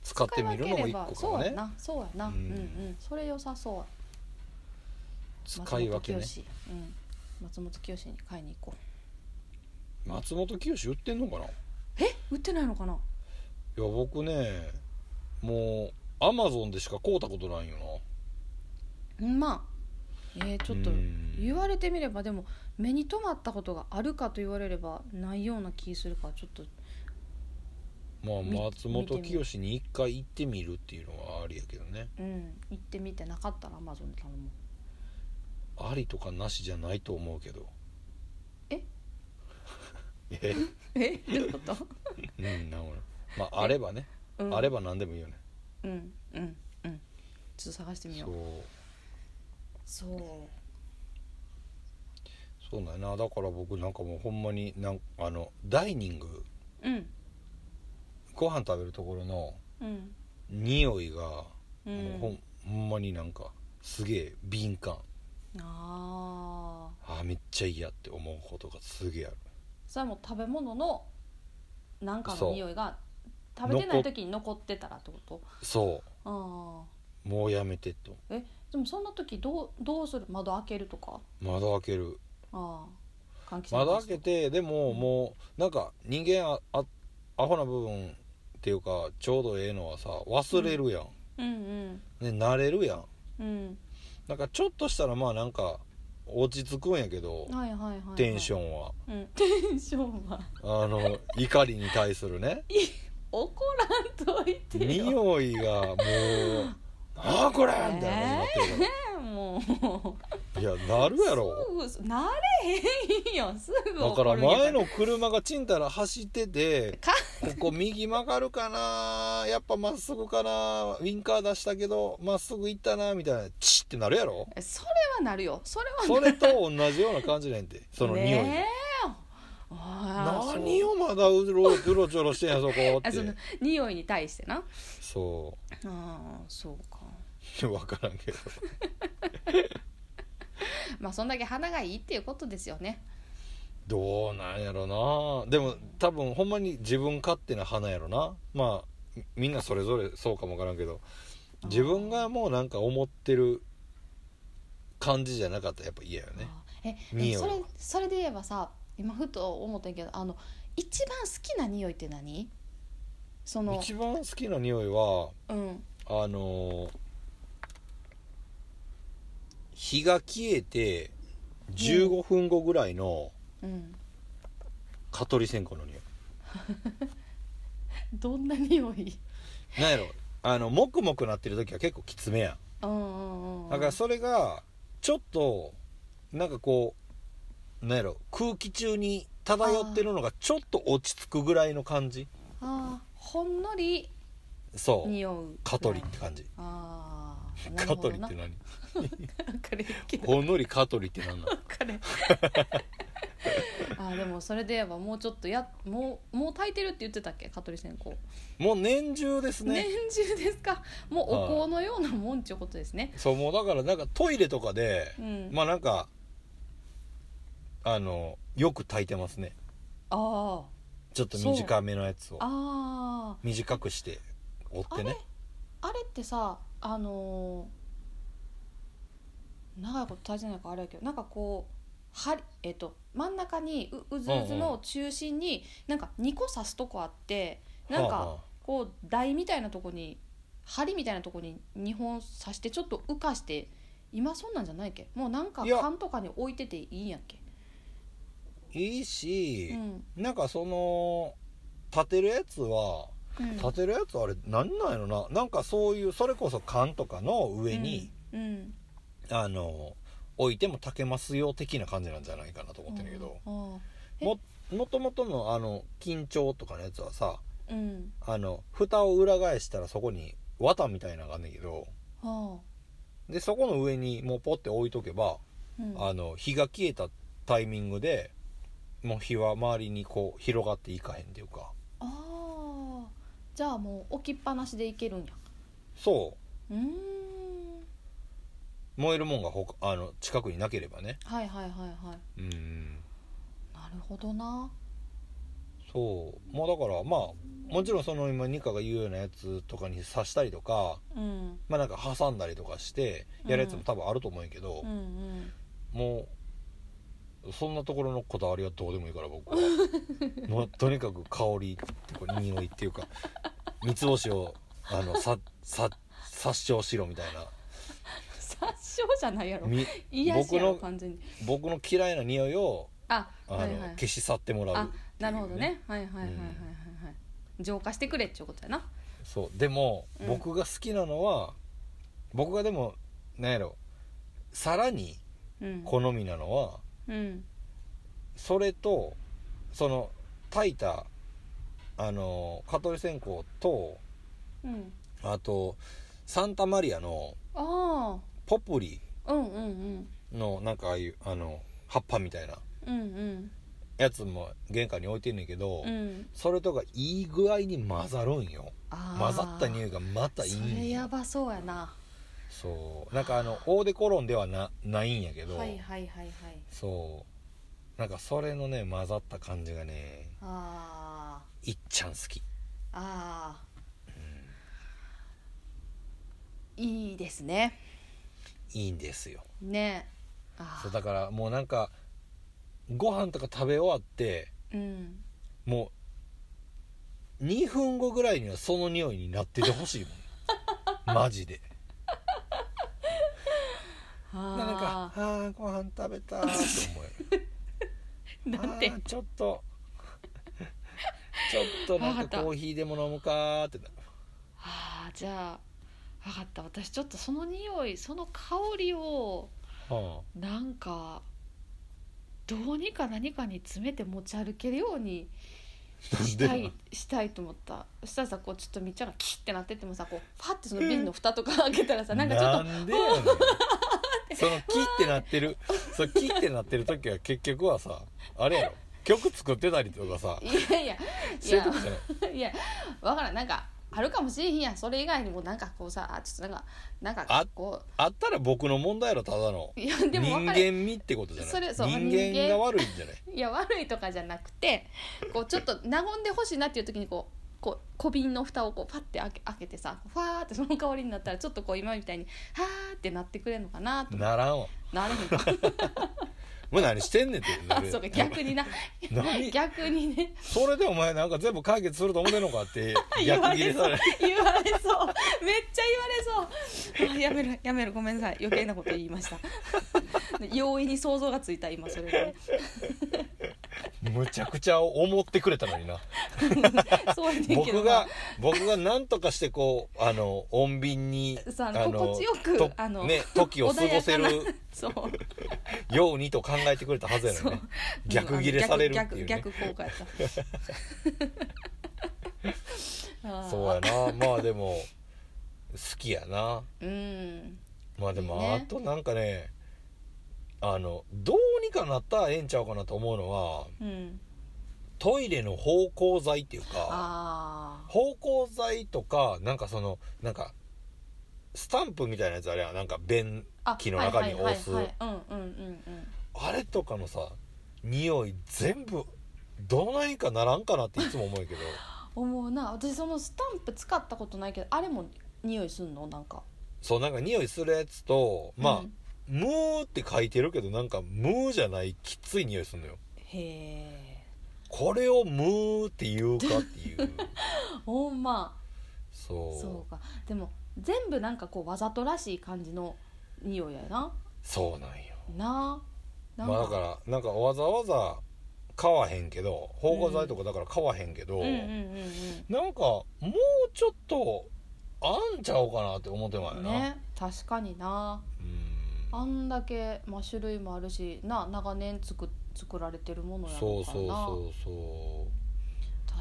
Speaker 1: 使ってみるのも一個かも
Speaker 2: そうや
Speaker 1: ね
Speaker 2: なそうやな、う
Speaker 1: うんん
Speaker 2: うん、それ良さそう
Speaker 1: 使い分けね
Speaker 2: 松本清うん松本清に買いに行こ
Speaker 1: 松本清売ってんのかないう
Speaker 2: え売ってないのかな
Speaker 1: や僕ねもうアマゾンでしか買うたことないよな
Speaker 2: うんまあえー、ちょっと
Speaker 1: うん
Speaker 2: 言われてみればでも目に留まったことがあるかと言われればないような気するからちょっと
Speaker 1: まあ
Speaker 2: み
Speaker 1: 松本清に一回行ってみるっていうのはありやけどね
Speaker 2: うん行ってみてなかったらアマゾンで頼もう
Speaker 1: ありとかなしじゃないと思うけど
Speaker 2: え
Speaker 1: え
Speaker 2: えどういうこと
Speaker 1: うんなんかまああればね、
Speaker 2: うん
Speaker 1: あれば何でもいいよね
Speaker 2: うんうんうんちょっと探してみよ
Speaker 1: そうう
Speaker 2: そう
Speaker 1: そうなんやなだから僕なんかもうほんまになんあのダイニング
Speaker 2: うん
Speaker 1: ご飯食べるところの
Speaker 2: うん
Speaker 1: 匂いが
Speaker 2: う
Speaker 1: もうほん
Speaker 2: ん
Speaker 1: ほんまになんかすげえ敏感
Speaker 2: ああ
Speaker 1: あーめっちゃ嫌って思うことがすげえある
Speaker 2: それはもう食べ物のなんか
Speaker 1: そ
Speaker 2: の
Speaker 1: う
Speaker 2: 匂いが食べてない時に残ってたらってこと
Speaker 1: そ
Speaker 2: あ
Speaker 1: うもうやめてと
Speaker 2: あえでもそんな時どうどうする窓開けるとか
Speaker 1: 窓開ける
Speaker 2: ああ換気扇
Speaker 1: 窓開け
Speaker 2: て
Speaker 1: てでももうなんか人間ああアホな部分っていうかちょうどええのはさ忘れるやん、
Speaker 2: うん
Speaker 1: ね慣れるやん
Speaker 2: うん
Speaker 1: なんかちょっとしたらまあなんか落ち着くんやけど
Speaker 2: うんはいはいはい、はい、
Speaker 1: テンショ
Speaker 2: ン、
Speaker 1: ンは
Speaker 2: うん、 テンションは
Speaker 1: あの怒りに対する ね
Speaker 2: 怒らんといてよ
Speaker 1: 匂いがもう「ああこれ!」みたいな感じになってる
Speaker 2: もう
Speaker 1: からいやなるやろ
Speaker 2: すぐ慣れへんよすぐ
Speaker 1: だ
Speaker 2: 怒
Speaker 1: から
Speaker 2: るんや
Speaker 1: 前の車がちんたら走ってて
Speaker 2: か
Speaker 1: ここ右曲がるかなやっぱまっすぐかなウィンカー出したけどまっすぐ行ったなみたいなチッってなるやろ
Speaker 2: それはなるよそれは
Speaker 1: それと同じような感じなん てその匂い、
Speaker 2: ねえああ
Speaker 1: 何をまだうろうろちょろしてんやそこっ
Speaker 2: あその
Speaker 1: て
Speaker 2: 匂いに対してな
Speaker 1: そ
Speaker 2: ああそうか
Speaker 1: う分からんけど
Speaker 2: まあそんだけ鼻がいいっていうことですよね
Speaker 1: どうなんやろなでも多分ほんまに自分勝手な花やろなまあみみんなそれぞれそうかもわからんけど自分がもうなんか思ってる感じじゃなかったらやっぱ嫌よね
Speaker 2: ああえ
Speaker 1: 匂い
Speaker 2: でもそれそれで言えばさ今ふと思ったんやけどあの一番好きな匂いって何その
Speaker 1: 一番好きな匂いは
Speaker 2: うん
Speaker 1: あのー日が消えて15分後ぐらいの
Speaker 2: うん
Speaker 1: 蚊取り線香の匂い
Speaker 2: どんな匂い
Speaker 1: なんやろあのもくもくなってる時は結構きつめや
Speaker 2: うんうんうん
Speaker 1: んだからそれがちょっとなんかこうなんやろ空気中に漂ってるのがちょっと落ち着くぐらいの感じ
Speaker 2: あーほんのり
Speaker 1: そう
Speaker 2: 匂う
Speaker 1: 香取って感じ
Speaker 2: ああ
Speaker 1: 香取って何
Speaker 2: 分かるけど
Speaker 1: ほんのり香取って何なの
Speaker 2: 分かる あーでもそれで言えばもうちょっとやもうもう炊いてるって言ってたっけ香取線香
Speaker 1: もう年中ですね
Speaker 2: 年中ですかもうお香のようなもんっちゅうことですね
Speaker 1: そうもうだからなんかトイレとかで、
Speaker 2: うん
Speaker 1: まあなんかあのよく炊いてますね
Speaker 2: あ
Speaker 1: ちょっと短めのやつを
Speaker 2: ああ
Speaker 1: 短くして折ってね
Speaker 2: ああれってさあのー長いこと大事ないからあれやけどなんかこうはりえっと真ん中にううずうずの中心になんか2個刺すとこあってなん
Speaker 1: はあ
Speaker 2: か
Speaker 1: は
Speaker 2: こう台みたいなとこに針みたいなとこに2本刺してちょっと浮かして今そんなんじゃないっけもうなんか
Speaker 1: いや
Speaker 2: 缶とかに置いてていいんやっけ
Speaker 1: あいいし
Speaker 2: う、ん
Speaker 1: なんかその立てるやつは
Speaker 2: うん
Speaker 1: 立てるやつあれなんなんやろななんかそういうそれこそ缶とかの上に、
Speaker 2: うん
Speaker 1: あの置いても炊けますよ的な感じなんじゃないかなと思ってるけど、
Speaker 2: うんえ
Speaker 1: ももともとのあの緊張とかのやつはさ
Speaker 2: うん
Speaker 1: あの蓋を裏返したらそこに綿みたいなのがあんねんけど
Speaker 2: は
Speaker 1: でそこの上にもうポッて置いとけば、
Speaker 2: あうん
Speaker 1: あの火が消えたタイミングでもう火は周りにこう広がっていかへんっていうか
Speaker 2: ああじゃあもう置きっぱなしでいけるんや
Speaker 1: そう
Speaker 2: ーん
Speaker 1: う燃えるもんがほかあの近くになければね
Speaker 2: はいはいはいは
Speaker 1: う
Speaker 2: い
Speaker 1: ん
Speaker 2: なるほどな
Speaker 1: そうもうだからまあもちろんその今ニカが言うようなやつとかに刺したりとか
Speaker 2: うん
Speaker 1: まあなんか挟んだりとかしてやるやつも多分あると思うんやけど、
Speaker 2: うんうん
Speaker 1: もうそんなところのこだわりはどうでもいいから 僕はもうとにかく香りとか匂いっていうか三つ星をあのささ殺傷しろみたいな
Speaker 2: 殺傷じゃないやろ
Speaker 1: み
Speaker 2: 癒しやろ
Speaker 1: 僕の
Speaker 2: 完全に
Speaker 1: 僕の嫌いな匂いを
Speaker 2: あ
Speaker 1: あの、
Speaker 2: はいはい
Speaker 1: 消し去ってもらう
Speaker 2: あ
Speaker 1: っていう
Speaker 2: なるほどねはいはいはいはいはいはい浄化してくれっちゅうことやな
Speaker 1: そうでも、
Speaker 2: うん
Speaker 1: 僕が好きなのは僕がでもなんやろさらに
Speaker 2: うん
Speaker 1: 好みなのは
Speaker 2: うん
Speaker 1: それとその炊いたあの蚊取り線香と
Speaker 2: うん
Speaker 1: あとサンタマリアの
Speaker 2: あ
Speaker 1: ポプリ
Speaker 2: あうんうんうん
Speaker 1: のなんかああいうあの葉っぱみたいな
Speaker 2: うんうん
Speaker 1: やつも玄関に置いてんねんけど、
Speaker 2: うん
Speaker 1: それとかいい具合に混ざるんよ
Speaker 2: あー
Speaker 1: 混ざった匂いがまたいい
Speaker 2: そ
Speaker 1: ん
Speaker 2: れや
Speaker 1: よ
Speaker 2: ばそうやな
Speaker 1: そうなんかあのオーデコロンではなないんやけど、
Speaker 2: はいはいはいはい
Speaker 1: そうなんかそれのね混ざった感じがね
Speaker 2: ああ
Speaker 1: いっちゃん好き
Speaker 2: ああ、いいですね
Speaker 1: いいんですよ
Speaker 2: ねあ
Speaker 1: そう
Speaker 2: あ
Speaker 1: だからもうなんかご飯とか食べ終わって
Speaker 2: うん
Speaker 1: もう2分後ぐらいにはその匂いになっててほしい もんマジで
Speaker 2: あ
Speaker 1: なんか「あ
Speaker 2: あ
Speaker 1: ーご飯食べた」って思える
Speaker 2: なんて
Speaker 1: あーちょっとちょっとな
Speaker 2: わか
Speaker 1: ん
Speaker 2: っ
Speaker 1: か
Speaker 2: た
Speaker 1: コーヒーでも飲むかーってな
Speaker 2: ああじゃあ分かった私ちょっとその匂いその香りを
Speaker 1: は
Speaker 2: なんかどうにか何かに詰めて持ち歩けるように
Speaker 1: あなん
Speaker 2: し
Speaker 1: で
Speaker 2: たいしたいと思ったそしたらさこうちょっとみっちゃんがキッてなってってもさこうパッてその瓶の蓋とか開けたらさなんかちょっと
Speaker 1: なんでや ねんそのキってなってるそのキってなってる時は結局はさあれやろ曲作ってたりとかさ
Speaker 2: いやいや
Speaker 1: してる時じゃない
Speaker 2: いやわからんなんかあるかもしれへんやんそれ以外にもなんかこうさあちょっとなんかなんか
Speaker 1: あ
Speaker 2: こ
Speaker 1: あったら僕の問題やろただの
Speaker 2: ういやでもわ
Speaker 1: 人間
Speaker 2: かる
Speaker 1: 味ってことじゃ
Speaker 2: そ
Speaker 1: ない
Speaker 2: れそう
Speaker 1: 人間
Speaker 2: 人間
Speaker 1: が悪いんじゃない
Speaker 2: いや悪いとかじゃなくてこうちょっと和んでほしいなっていう時にこうこう小瓶の蓋をこうパッて開け開けてさファーってその香りになったらちょっとこう今みたいにはーってなってくれるのかなと
Speaker 1: ならんわ
Speaker 2: なれへんか
Speaker 1: もう何してんねんってな
Speaker 2: あ
Speaker 1: る
Speaker 2: そうか逆にな
Speaker 1: 何
Speaker 2: 逆にね
Speaker 1: それでお前なんか全部解決すると思ってんのかって
Speaker 2: 言わ
Speaker 1: 逆ギ
Speaker 2: れ
Speaker 1: レ
Speaker 2: そ
Speaker 1: さ
Speaker 2: う
Speaker 1: れる
Speaker 2: 言われそうめっちゃ言われそうあやめるやめるごめんなさい余計なこと 言いました容易に想像がついた今それでね
Speaker 1: むちゃくちゃ思ってくれたのにな
Speaker 2: そうやねんけど
Speaker 1: 僕
Speaker 2: な
Speaker 1: が僕が何とかしてこうあの穏便に
Speaker 2: そうあの心地よく
Speaker 1: と
Speaker 2: あの
Speaker 1: ね、時を過ごせる
Speaker 2: 穏やかなそう
Speaker 1: ようにと考えてくれたはずやのにね
Speaker 2: そう
Speaker 1: 逆ギレされるっていうね
Speaker 2: 逆逆逆効果やった あー
Speaker 1: そうやなまあでも好きやな
Speaker 2: うん
Speaker 1: まあでも
Speaker 2: いいね
Speaker 1: あとなんかねあのどうにかなったらええんちゃうかなと思うのは
Speaker 2: うん
Speaker 1: トイレの芳香剤っていうか
Speaker 2: あ
Speaker 1: 芳香剤とかなんかそのなんかスタンプみたいなやつあれやなんか便
Speaker 2: あ
Speaker 1: 木の中に押す
Speaker 2: はいはいはいはいうんうんうんうん
Speaker 1: あれとかのさ匂い全部どうないかならんかなっていつも思うけど
Speaker 2: 思うな私そのスタンプ使ったことないけどあれも匂いすんのなんか
Speaker 1: そうなんか匂いするやつとまあ、
Speaker 2: うん
Speaker 1: ムーって書いてるけどなんかムーじゃないきつい匂いするのよ
Speaker 2: へえ
Speaker 1: これをムーって言うかっていう
Speaker 2: ほんま
Speaker 1: そう
Speaker 2: そ
Speaker 1: そう
Speaker 2: かでも全部なんかこうわざとらしい感じの匂いやな
Speaker 1: うなんよ
Speaker 2: なあなん
Speaker 1: まあだ
Speaker 2: ら
Speaker 1: からなんかわざわざ買わへんけど芳香剤とかだから買わへんけど、
Speaker 2: うんうんうんうん
Speaker 1: なんかもうちょっとあんちゃうかなって思ってまうよな、
Speaker 2: ね確かにな
Speaker 1: うん
Speaker 2: あんだけ、まあ、種類もあるしな長年作作られてるものやろ
Speaker 1: そう
Speaker 2: か
Speaker 1: そう
Speaker 2: らな
Speaker 1: そうそ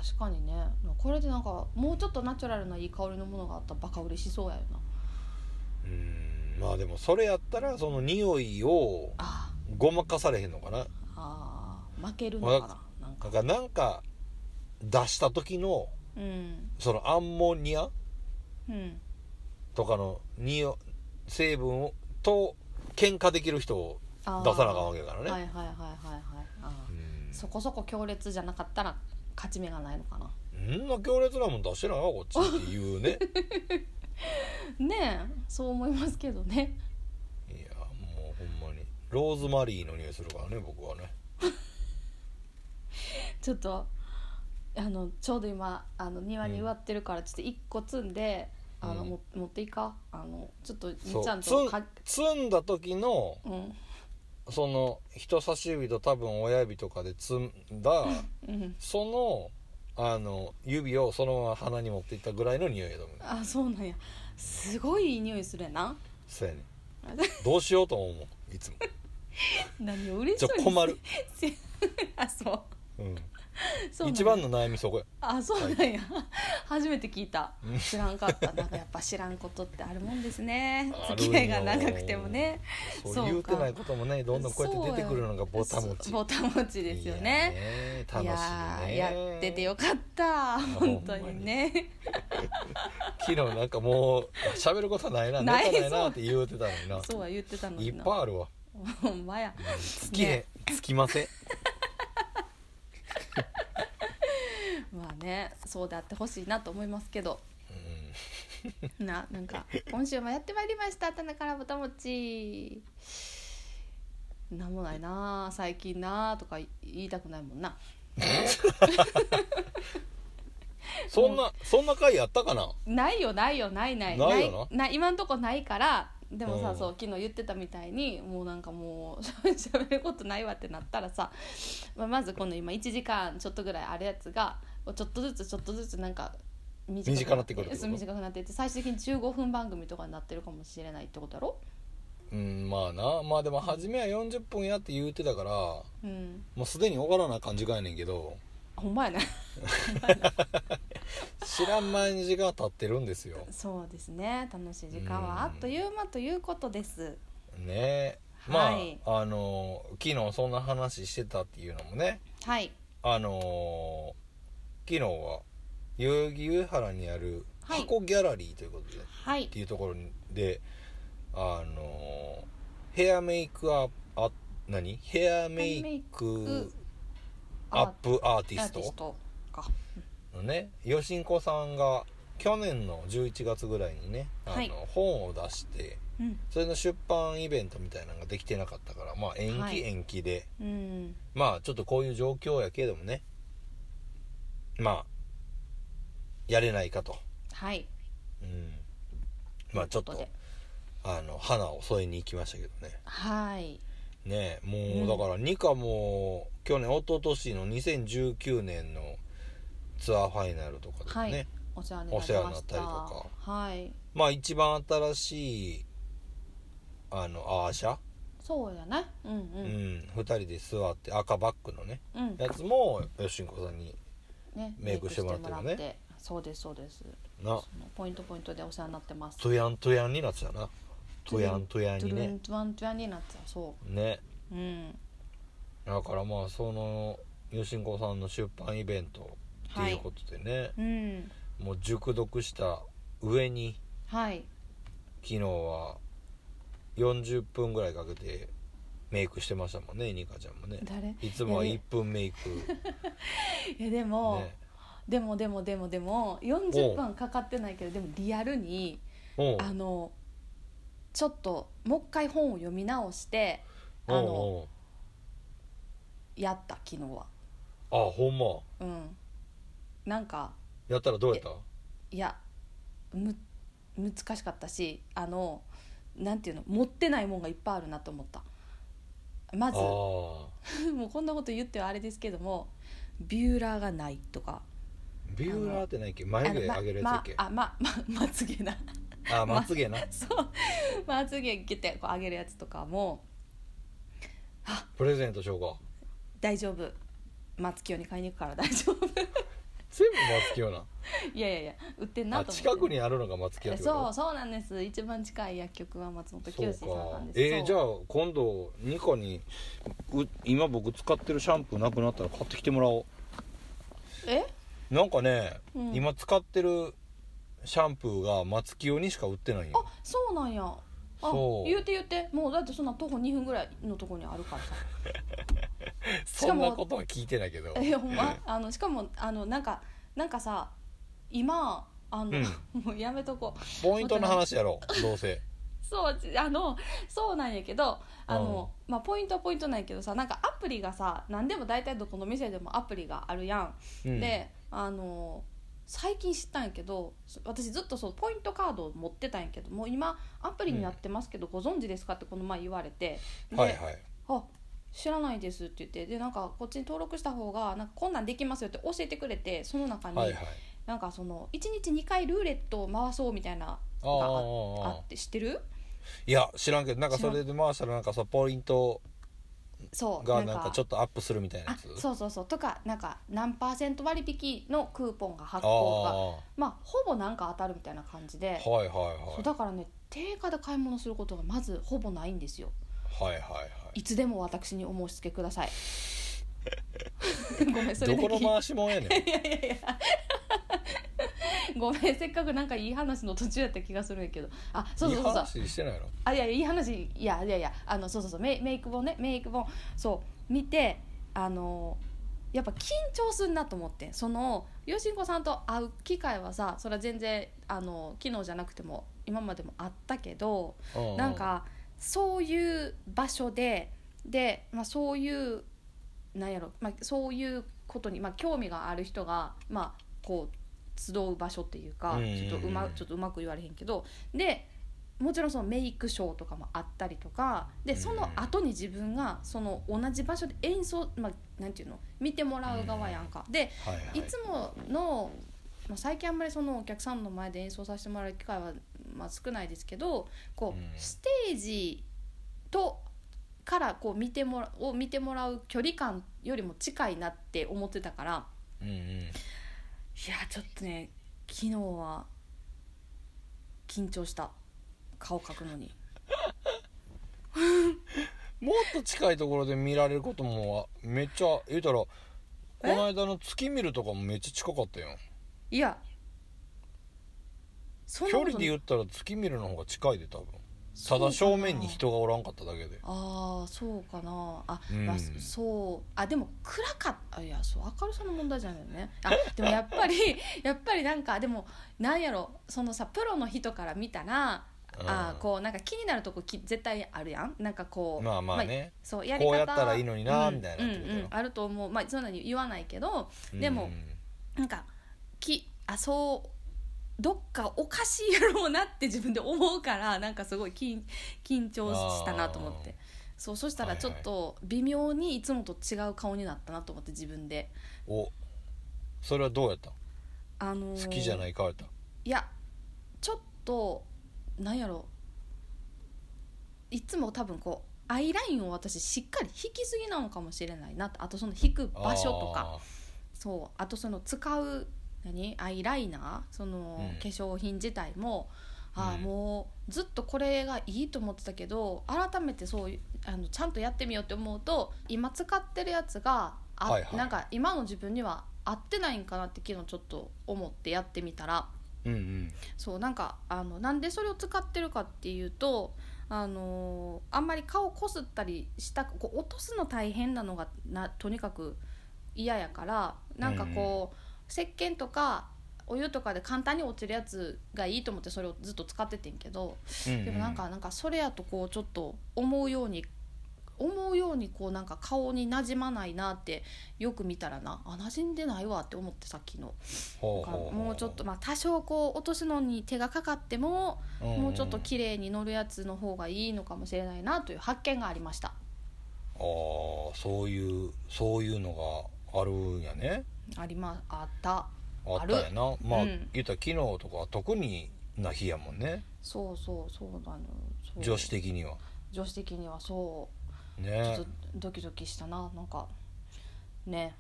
Speaker 1: う
Speaker 2: 確かにねこれでなんかもうちょっとナチュラルないい香りのものがあったらバカ売れしそうやよな
Speaker 1: うんまあでもそれやったらその匂いを
Speaker 2: あ
Speaker 1: ごまかされへんのかな
Speaker 2: ーあー負けるのかななん
Speaker 1: だ
Speaker 2: か
Speaker 1: からなんか出した時の
Speaker 2: うん
Speaker 1: そのアンモニア
Speaker 2: うん
Speaker 1: とかの匂い成分をと喧嘩できる人を
Speaker 2: あー
Speaker 1: 出さなあかんわけだからね、
Speaker 2: はいはいはいはいはいあ
Speaker 1: う
Speaker 2: ー
Speaker 1: ん
Speaker 2: そこそこ強烈じゃなかったら勝ち目がないのかなん
Speaker 1: な強烈なもん出してないわこっちっていうね
Speaker 2: ねえそう思いますけどね
Speaker 1: いやもうほんまにローズマリーの匂いするからね僕はね
Speaker 2: ちょっとあのちょうど今あの庭に植わってるからちょっと1個摘んで、あの
Speaker 1: うん
Speaker 2: も持っていいかあのちょっと
Speaker 1: そう
Speaker 2: ちゃん
Speaker 1: つん
Speaker 2: とか
Speaker 1: 摘んだ時の
Speaker 2: うん
Speaker 1: その人差し指と多分親指とかで摘んだ
Speaker 2: うん
Speaker 1: そのあの指をそのまま鼻に持っていったぐらいの匂いだと思う
Speaker 2: あそうなんやすごいいい匂いするやな
Speaker 1: そうやね どうしようとも思ういつも
Speaker 2: 何を嬉し
Speaker 1: じ
Speaker 2: そ
Speaker 1: ゃ
Speaker 2: うに
Speaker 1: 困る、
Speaker 2: せあそ
Speaker 1: う
Speaker 2: う
Speaker 1: ん、
Speaker 2: そうなんや
Speaker 1: 一番の悩みそこや
Speaker 2: あそうなんや、初めて聞いた
Speaker 1: うん
Speaker 2: 知らんかったなんかやっぱ知らんことってあるもんですね
Speaker 1: あるん
Speaker 2: 付
Speaker 1: よ
Speaker 2: き合いが長くてもね
Speaker 1: そ
Speaker 2: そう
Speaker 1: う
Speaker 2: か
Speaker 1: 言うてないこともねどんどんこうやって出てくるのがボタ持ち
Speaker 2: そうボタン持ちですよ
Speaker 1: い
Speaker 2: ね
Speaker 1: やね楽しいね
Speaker 2: いやーやっててよかった本当にね
Speaker 1: 昨日なんかもう喋ることないな
Speaker 2: ない
Speaker 1: ネタないなって言うてたのにな
Speaker 2: そうは言ってたの
Speaker 1: い
Speaker 2: に
Speaker 1: っ
Speaker 2: な
Speaker 1: ぱいあるわ
Speaker 2: ほんまや
Speaker 1: 尽きれ尽きません
Speaker 2: まあねそうであってほしいなと思いますけど
Speaker 1: うん
Speaker 2: ななんか今週もやってまいりました田中からぼたもちなんもないなあ最近なあとか言いたくないもんな
Speaker 1: そんなそんな回やったかな
Speaker 2: ないよないよないない
Speaker 1: ないよ
Speaker 2: な今んとこないからでもさ、
Speaker 1: うん
Speaker 2: そう昨日言ってたみたいにもうなんかもう しゃべることないわってなったらさ、まあ、まずこの今1時間ちょっとぐらいあるやつがちょっとずつちょっとずつなんか短
Speaker 1: 短なってくるってこと
Speaker 2: そう短くなっていって最終的に15分番組とかになってるかもしれないってことだろ
Speaker 1: うんまあなまあでも初めは40分やって言うてたからも
Speaker 2: うん
Speaker 1: うすでに終わらな感じかやねんけど
Speaker 2: ほんまやな
Speaker 1: 知らん前に時間経ってるんですよ
Speaker 2: そうですね楽しい時間はあっという間ということです
Speaker 1: ねまあ、
Speaker 2: はい
Speaker 1: あの昨日そんな話してたっていうのもね
Speaker 2: はい
Speaker 1: あの昨日は代々木上原にある
Speaker 2: はい
Speaker 1: 箱ギャラリーということで、
Speaker 2: はい
Speaker 1: っていうところであのヘアメイクアップあ何ヘアメイクアップアーティ
Speaker 2: アー
Speaker 1: ス
Speaker 2: ティス
Speaker 1: ト
Speaker 2: トか
Speaker 1: のね吉んこさんが去年の11月ぐらいにねあの、
Speaker 2: はい
Speaker 1: 本を出して
Speaker 2: うん
Speaker 1: それの出版イベントみたいなのができてなかったからまあ延
Speaker 2: はい
Speaker 1: 期延期で、
Speaker 2: うん
Speaker 1: まあちょっとこういう状況やけどもねまあやれないかと、
Speaker 2: はい
Speaker 1: うん、まあちょっと
Speaker 2: というこで
Speaker 1: あの花を添えに行きましたけどね
Speaker 2: はい
Speaker 1: ねえ
Speaker 2: う
Speaker 1: も
Speaker 2: ん
Speaker 1: うだからニカも去年一昨年の2019年のツアーファイナルとかでもね、
Speaker 2: はいお世話になりました
Speaker 1: お世話になったりとか
Speaker 2: はい
Speaker 1: まあ一番新しいあのアーシャ、
Speaker 2: そうやねうん
Speaker 1: うん
Speaker 2: うん
Speaker 1: 2人で座って赤バックのね
Speaker 2: うん、
Speaker 1: やつもよしんこさんに
Speaker 2: ね
Speaker 1: メイクしてもらってるね
Speaker 2: メイクしてもらってそうですそうです
Speaker 1: な
Speaker 2: そのポイントポイントでお世話になってます
Speaker 1: トヤントヤンになってたなトヤントヤンに
Speaker 2: トゥルン
Speaker 1: ね
Speaker 2: トゥワントゥワンになってたそ
Speaker 1: ね
Speaker 2: ううん
Speaker 1: だからまあそのよしんこさんの出版イベントっていうことでね、
Speaker 2: うん
Speaker 1: もう熟読した上に
Speaker 2: はい
Speaker 1: 昨日は40分ぐらいかけてメイクしてましたもんねニカちゃんもね
Speaker 2: 誰
Speaker 1: いつもはい
Speaker 2: や
Speaker 1: 1
Speaker 2: ね
Speaker 1: 分メイク、
Speaker 2: いやで も、
Speaker 1: ね
Speaker 2: でもでもでもでも40分かかってないけどでもリアルに
Speaker 1: おう
Speaker 2: あのちょっともう一回本を読み直してあ
Speaker 1: おう
Speaker 2: の
Speaker 1: おう
Speaker 2: やった昨日は
Speaker 1: あほんま
Speaker 2: うんなんか
Speaker 1: やったらどうやった
Speaker 2: いやむ難しかったしあのなんていうの持ってないもんがいっぱいあるなと思ったま
Speaker 1: あ
Speaker 2: ず も
Speaker 1: あ
Speaker 2: うこんなこと言ってはあれですけどもビューラーがないとか
Speaker 1: ビューラーってないっけ眉毛上げるやつやっ
Speaker 2: ま
Speaker 1: け、
Speaker 2: まあま ままつげな
Speaker 1: あまつげな
Speaker 2: そうまつげギュッてこう上げるやつとかも
Speaker 1: プレゼントしようか
Speaker 2: 大丈夫まつきよに買いに行くから大丈夫
Speaker 1: 全部まつげよ
Speaker 2: いやいやいや売ってん
Speaker 1: な
Speaker 2: な
Speaker 1: あ
Speaker 2: と思って
Speaker 1: 近くにあるのがまつげやってこと
Speaker 2: そうそうなんです一番近い薬局は松本清さんなんです
Speaker 1: えー、じゃ
Speaker 2: あ
Speaker 1: あ今度ニカにう今僕使ってるシャンプーなくなったら買ってきてもらお
Speaker 2: え
Speaker 1: うなんかね、
Speaker 2: うん
Speaker 1: 今使ってるシャンプーが松清にしか売ってないんよ
Speaker 2: あそうなんやあ
Speaker 1: そう
Speaker 2: 言うて言うてもうだってそんな徒歩2分ぐらいのとこにあるからさし
Speaker 1: そ
Speaker 2: か
Speaker 1: ん
Speaker 2: も
Speaker 1: なことは聞いてないけど
Speaker 2: いやほんまあのしかもあのなんかなんかさ今あの、 もうやめとこう
Speaker 1: ポイントの話やろ どうせ
Speaker 2: そうあのそうなんやけどあの、まあ、ポイントはポイントなんやけどさなんかアプリがさ何でも大体どこの店でもアプリがあるやん。
Speaker 1: うん
Speaker 2: であの最近知ったんやけどそ私ずっとそうポイントカードを持ってたんやけどもう今アプリになってますけど、ご存知ですかってこの前言われてで、
Speaker 1: はいはい
Speaker 2: あ知らないですって言ってでなんかこっちに登録した方がなんかこんなんできますよって教えてくれてその中に、
Speaker 1: はいはい
Speaker 2: なんかその1日2回ルーレットを回そうみたいな
Speaker 1: あー
Speaker 2: が
Speaker 1: あ
Speaker 2: あ
Speaker 1: ーあ
Speaker 2: あって知ってる
Speaker 1: ーいや知らんけどなんかそれで回したらなんかさポイント
Speaker 2: そう
Speaker 1: がなんかちょっとアップするみたいなや
Speaker 2: あ
Speaker 1: つ
Speaker 2: そうそうそうとかなんか何パーセント割引のクーポンが発
Speaker 1: あ
Speaker 2: 行が
Speaker 1: あ
Speaker 2: まあほぼなんか当たるみたいな感じで、
Speaker 1: はいはい
Speaker 2: そう
Speaker 1: は
Speaker 2: だからね定価で買い物することがまずほぼないんですよ
Speaker 1: いはいはいはい
Speaker 2: いつでも私にお申し付けく ださいごめん それ
Speaker 1: ど
Speaker 2: だ
Speaker 1: この
Speaker 2: け
Speaker 1: 回しもんやねん
Speaker 2: いやいやいや ごめんせっかくなんかいい話の途中やった気がするんやけどあ そうそうそうそう
Speaker 1: いい話してないの
Speaker 2: あいやいやいい話いやいやいやあのそうそうそうメイメイク本ねメイク本そう見てあのやっぱ緊張すんなと思ってんそのよしんこさんと会う機会はさそれは全然あの昨日じゃなくても今までもあったけど
Speaker 1: うう
Speaker 2: なんかそういう場所でで、まあ、そういうなんやろ、まあ、そういうことに、まあ、興味がある人が、まあ、こう集う場所っていうか
Speaker 1: うんうんうん
Speaker 2: ちょっとうまちょっとうまく言われへんけどでもちろんそのメイクショーとかもあったりとかでその後に自分がその同じ場所で演奏、まあ、なんていうの見てもらう側やんか。で
Speaker 1: はいはい
Speaker 2: いつもの、まあ、最近あんまりそのお客さんの前で演奏させてもらう機会は、まあ、少ないですけどこう、
Speaker 1: うん
Speaker 2: ステージとからこう見てもらを見てもらう距離感よりも近いなって思ってたから
Speaker 1: うんうん
Speaker 2: いやちょっとね昨日は緊張した顔描くのに
Speaker 1: もっと近いところで見られることもあめっちゃ言うたらこ
Speaker 2: え
Speaker 1: の間の月見るとかもめっちゃ近かったよ
Speaker 2: いやそ
Speaker 1: 距離で
Speaker 2: う
Speaker 1: 言ったら月見るの方が近いで多分ただ
Speaker 2: そうかな
Speaker 1: 正面に人がおらんかっただけで
Speaker 2: ああそうかなあ、
Speaker 1: うん
Speaker 2: まあそそうあでも暗かったいやそう明るさの問題じゃないよねあでもやっ ぱりやっぱりなんかでもなんやろそのさプロの人から見たらあーこうなんか気になるとこき絶対あるやんなんかこう
Speaker 1: まあまあね
Speaker 2: そうやり方
Speaker 1: こうやったらいいのにな
Speaker 2: うん
Speaker 1: みたいなって
Speaker 2: うん
Speaker 1: こ
Speaker 2: うん
Speaker 1: と
Speaker 2: あると思うまあそんなに言わないけど
Speaker 1: よ
Speaker 2: でもなんかきあそうどっかおか しいやろうなって自分で思うからなんかすごい緊緊張したなと思ってそうそしたらちょっと微妙にいつもと違う顔になったなと思って自分で、
Speaker 1: おそれはどうやった
Speaker 2: あのー
Speaker 1: 好きじゃないかやった
Speaker 2: いやちょっとなんやろいつも多分こうアイラインを私しっかり引きすぎなのかもしれないなとあとその引く場所とかそうあとその使う何アイライナーその
Speaker 1: うん
Speaker 2: 化粧品自体も、ああ
Speaker 1: うん
Speaker 2: もうずっとこれがいいと思ってたけど改めてそういうあのちゃんとやってみようって思うと今使ってるやつがあ、
Speaker 1: はいはい
Speaker 2: なんか今の自分には合ってないんかなって昨日ちょっと思ってやってみたら
Speaker 1: あーうんうん
Speaker 2: そうなんかあのなんでそれを使ってるかっていうと、あのーあんまり顔こすったりしたこう落とすの大変なのがなとにかく嫌やからなんかこう、石鹸とかお湯とかで簡単に落ちるやつがいいと思ってそれをずっと使っててんけど
Speaker 1: うんうん
Speaker 2: でもなんかなんかそれやとこうちょっと思うように思うようにこうなんか顔になじまないなってよく見たらなあ馴染んでないわって思ってさっきの。
Speaker 1: ほ
Speaker 2: か
Speaker 1: ほほ
Speaker 2: もうちょっと、まあ、多少こう落とすのに手がかかっても、
Speaker 1: んん
Speaker 2: もうちょっと綺麗に乗るやつの方がいいのかもしれないなという発見がありました
Speaker 1: ああそういうそういうのがあるんやね
Speaker 2: ありまあった
Speaker 1: あったやなまあ、
Speaker 2: うん
Speaker 1: 言ったら昨日とかは特にな日やもんね
Speaker 2: そうそうそうなのそう
Speaker 1: 女子的には
Speaker 2: 女子的にはそうちょ
Speaker 1: ね
Speaker 2: っとドキドキしたななんかね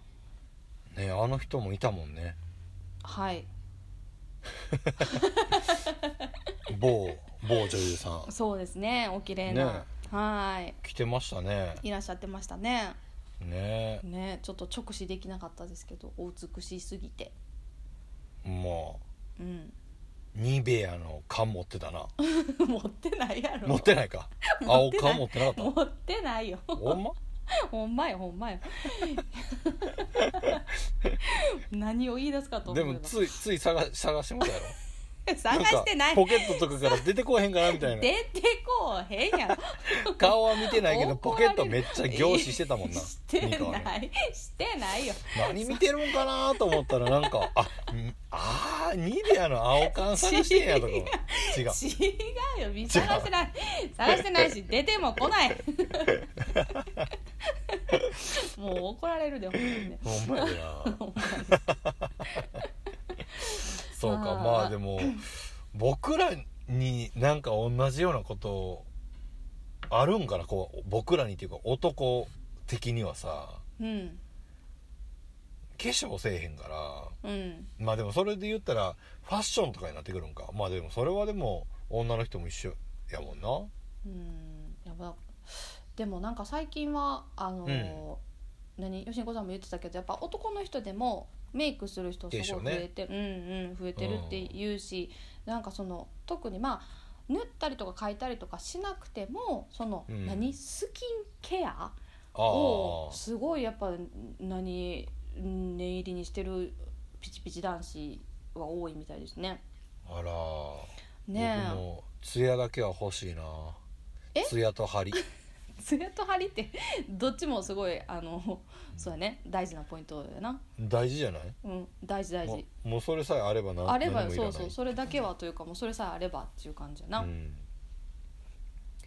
Speaker 1: ねあの人もいたもんね
Speaker 2: はい
Speaker 1: 某某女優さん
Speaker 2: そうですねお綺麗な、
Speaker 1: ね
Speaker 2: はい
Speaker 1: 来てましたね
Speaker 2: いらっしゃってましたね
Speaker 1: ね
Speaker 2: ねちょっと直視できなかったですけどお美しすぎて
Speaker 1: も
Speaker 2: うん
Speaker 1: う ニベアの缶持ってたな
Speaker 2: 持ってないやろ
Speaker 1: 持ってない か青缶持ってなかっ
Speaker 2: 持ってないよ
Speaker 1: たほんま
Speaker 2: ほんまよほん まよ何を言い出すかと思
Speaker 1: で
Speaker 2: えば
Speaker 1: もついつい探し探してもたやろ
Speaker 2: 探してなんい
Speaker 1: かポケットとかから出てこへんかなみたいな
Speaker 2: 出てこうへんやろ
Speaker 1: 顔は見てないけどポ
Speaker 2: 怒ら
Speaker 1: ケ
Speaker 2: れる
Speaker 1: ットめっちゃ凝視してたもんな
Speaker 2: して
Speaker 1: ミカはね
Speaker 2: ない してないよ
Speaker 1: 何見てるんかなと思ったらなん かあんあーニベアの青缶探してんやとか違う
Speaker 2: 違うよ見探してない探してないし出ても来 ないもう怒られるでほんまにね
Speaker 1: ほんまやでな
Speaker 2: ほんまに
Speaker 1: そうか
Speaker 2: まあ
Speaker 1: まあでも僕らになんか同じようなことあるんかなこう僕らにっていうか男的にはさ
Speaker 2: うん
Speaker 1: 化粧せえへんから
Speaker 2: うん
Speaker 1: まあでもそれで言ったらファッションとかになってくるんかまあでもそれはでも女の人も一緒やもんな
Speaker 2: うんやばでもなんか最近はあのー何吉子さんも言ってたけどやっぱ男の人でもメイクする人すご
Speaker 1: で
Speaker 2: い
Speaker 1: しょ
Speaker 2: 増
Speaker 1: うね
Speaker 2: えて、うんうん増えてるって言うし、なんかその特にまあ縫ったりとか描いたりとかしなくてもその、
Speaker 1: うん
Speaker 2: 何スキンケア
Speaker 1: あ
Speaker 2: を
Speaker 1: あ
Speaker 2: すごいやっぱ何念入りにしてるピチピチ男子は多いみたいですね。
Speaker 1: あら
Speaker 2: ね
Speaker 1: 僕
Speaker 2: え
Speaker 1: もツヤだけは欲しいな
Speaker 2: え
Speaker 1: ツヤとハリ
Speaker 2: ツヤと張りって どっちもすごいあのそうやね大事なポイントやな
Speaker 1: 大事じゃない
Speaker 2: うん大事大事
Speaker 1: ももうそれさえあればな
Speaker 2: あれば
Speaker 1: 何でもいら
Speaker 2: よそう
Speaker 1: ない
Speaker 2: そうそれだけはというかもうそれさえあればっていう感じやな、
Speaker 1: うん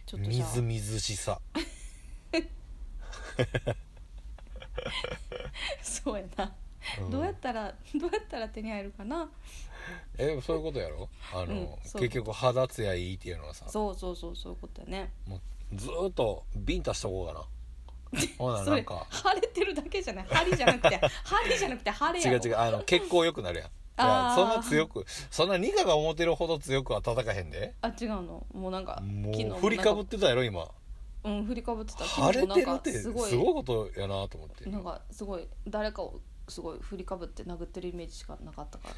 Speaker 2: ちょっと
Speaker 1: み
Speaker 2: じゃ
Speaker 1: ずみずしさ
Speaker 2: あ そうやな、
Speaker 1: うん
Speaker 2: どうやったらどうやったら手に入るかな
Speaker 1: えそういうことやろあの、
Speaker 2: うんそう
Speaker 1: 結局肌ツヤいいっていうのはさ
Speaker 2: そうそうそうそういうことやね
Speaker 1: もうずーっとビンタしとこうかなほな
Speaker 2: そ
Speaker 1: なん
Speaker 2: れ
Speaker 1: か
Speaker 2: 腫れてるだけじゃない針じゃな くて針じゃなくて腫れ
Speaker 1: 違
Speaker 2: や
Speaker 1: う違うあの血行良くなるやんいや
Speaker 2: あー
Speaker 1: そんな強くそんなニカが思ってるほど強くは叩かへんで
Speaker 2: あ違うのもうなんか
Speaker 1: も
Speaker 2: 昨日
Speaker 1: う振りかぶっ
Speaker 2: って
Speaker 1: たやろ今
Speaker 2: うん振りかぶってた
Speaker 1: 腫れてるってす
Speaker 2: 昨日も
Speaker 1: ご
Speaker 2: ないんかすごい
Speaker 1: ことやなと思って
Speaker 2: なんかすごい誰かをすごい振りかぶって殴ってるイメージしかなかったか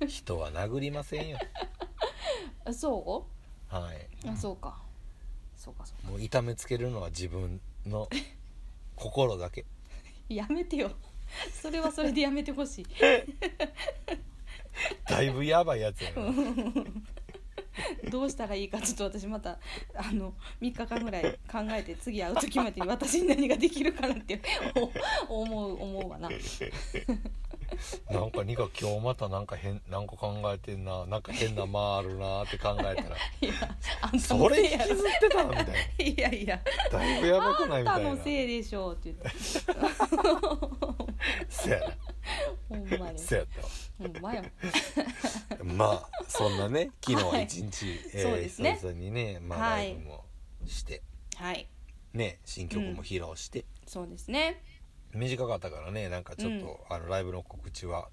Speaker 2: ら
Speaker 1: 人は殴りませんよ
Speaker 2: あそ
Speaker 1: はい、
Speaker 2: うあそうかそうかそうか
Speaker 1: もう痛めつけるのは自分の心だけ
Speaker 2: やめてよ それはそれでやめてほしい
Speaker 1: だいぶやばいやつやな
Speaker 2: どうしたらいいかちょっと私またあの3日間ぐらい考えて次会う時 までに私に何ができるかなってお思う思うわな
Speaker 1: なんかニカ今日またなんか変なんか考えてんななんか変な間あるなって考えたら
Speaker 2: いやあんた
Speaker 1: そ
Speaker 2: のせ
Speaker 1: れ
Speaker 2: い
Speaker 1: 引
Speaker 2: や
Speaker 1: きず
Speaker 2: ろ
Speaker 1: ってたみたいない
Speaker 2: や いや
Speaker 1: だいぶやばくない
Speaker 2: あ
Speaker 1: み
Speaker 2: ん
Speaker 1: た
Speaker 2: た
Speaker 1: いな
Speaker 2: のせいでしょうって言って
Speaker 1: せや
Speaker 2: ほんま
Speaker 1: な
Speaker 2: に
Speaker 1: せやったわ
Speaker 2: ほんまよ
Speaker 1: まあそんなね昨日は一日、 えー
Speaker 2: そうですね
Speaker 1: 久々にね、まあ
Speaker 2: は
Speaker 1: ラ
Speaker 2: い
Speaker 1: イブもして
Speaker 2: はい
Speaker 1: ね新曲も披露して、
Speaker 2: そうですね
Speaker 1: 短かったからねなんかちょっと、あのライブの告知は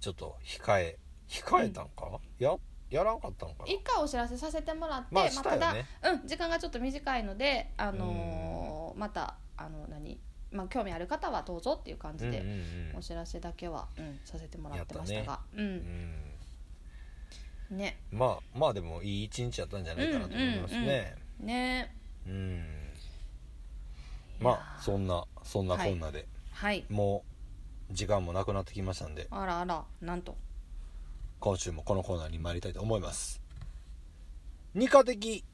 Speaker 1: ちょっと控え控えたんか、ややらんかったんかな
Speaker 2: 一回お知らせさせてもらって、
Speaker 1: まあ
Speaker 2: まあ
Speaker 1: した
Speaker 2: た
Speaker 1: よ
Speaker 2: だ、
Speaker 1: ね
Speaker 2: うん、時間がちょっと短いので、あのーまたあの何、まあ、興味ある方はどうぞっていう感じ
Speaker 1: うん
Speaker 2: で、
Speaker 1: うん
Speaker 2: お知らせだけは、うん、させてもらってましたが
Speaker 1: うんうん
Speaker 2: うんね
Speaker 1: まあまあでもいい一日やったんじゃないかなと思いますね
Speaker 2: ね
Speaker 1: うん
Speaker 2: いやー
Speaker 1: まあそんなそんな
Speaker 2: はい
Speaker 1: こんなで、
Speaker 2: はい
Speaker 1: もう時間もなくなってきましたんで
Speaker 2: あらあらなんと
Speaker 1: 今週もこのコーナーに参りたいと思います二課的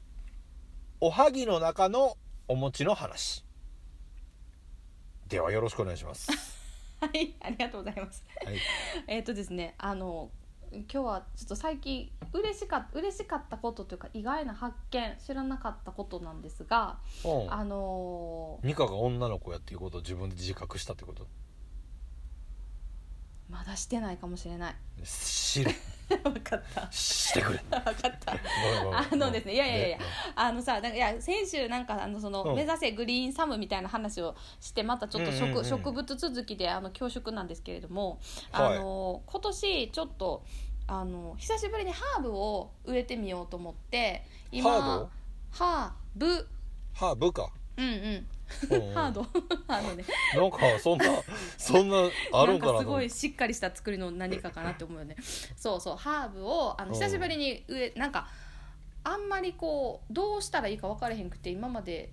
Speaker 1: おはぎの中のお餅の話ではよろしくお願いします
Speaker 2: はいありがとうございます
Speaker 1: はい
Speaker 2: えっとですねあの今日はちょっと最近嬉しかっ嬉しかったことというか意外な発見知らなかったことなんですが、あ
Speaker 1: う
Speaker 2: のー
Speaker 1: ん、ニカが女の子やっていうことを自分で自覚したってこと
Speaker 2: まだしてないかもしれない
Speaker 1: 知る
Speaker 2: わかった
Speaker 1: してくれ
Speaker 2: 分かった
Speaker 1: ごめんごめん
Speaker 2: あのですねいやいやいや
Speaker 1: で
Speaker 2: あのさなんかいや先週なんかあのその、
Speaker 1: うん
Speaker 2: 目指せグリーンサムみたいな話をしてまたちょっと植,、
Speaker 1: うんうんうん
Speaker 2: 植物続きであの恐縮なんですけれども、
Speaker 1: はい
Speaker 2: あの今年ちょっとあの久しぶりにハーブを植えてみようと思って
Speaker 1: ハ
Speaker 2: ハーブ
Speaker 1: ハーブか
Speaker 2: うんうん、
Speaker 1: うんうん
Speaker 2: ハード ハードね
Speaker 1: なんかそん なそんなあるんかな
Speaker 2: なんか
Speaker 1: と
Speaker 2: すご
Speaker 1: 思っ
Speaker 2: い
Speaker 1: て
Speaker 2: しっかりした作りの何かかなって思うよね そうそうハーブをあ
Speaker 1: う
Speaker 2: の
Speaker 1: ん
Speaker 2: 久しぶりに植えなんかあんまりこうどうしたらいいか分からへんくて今まで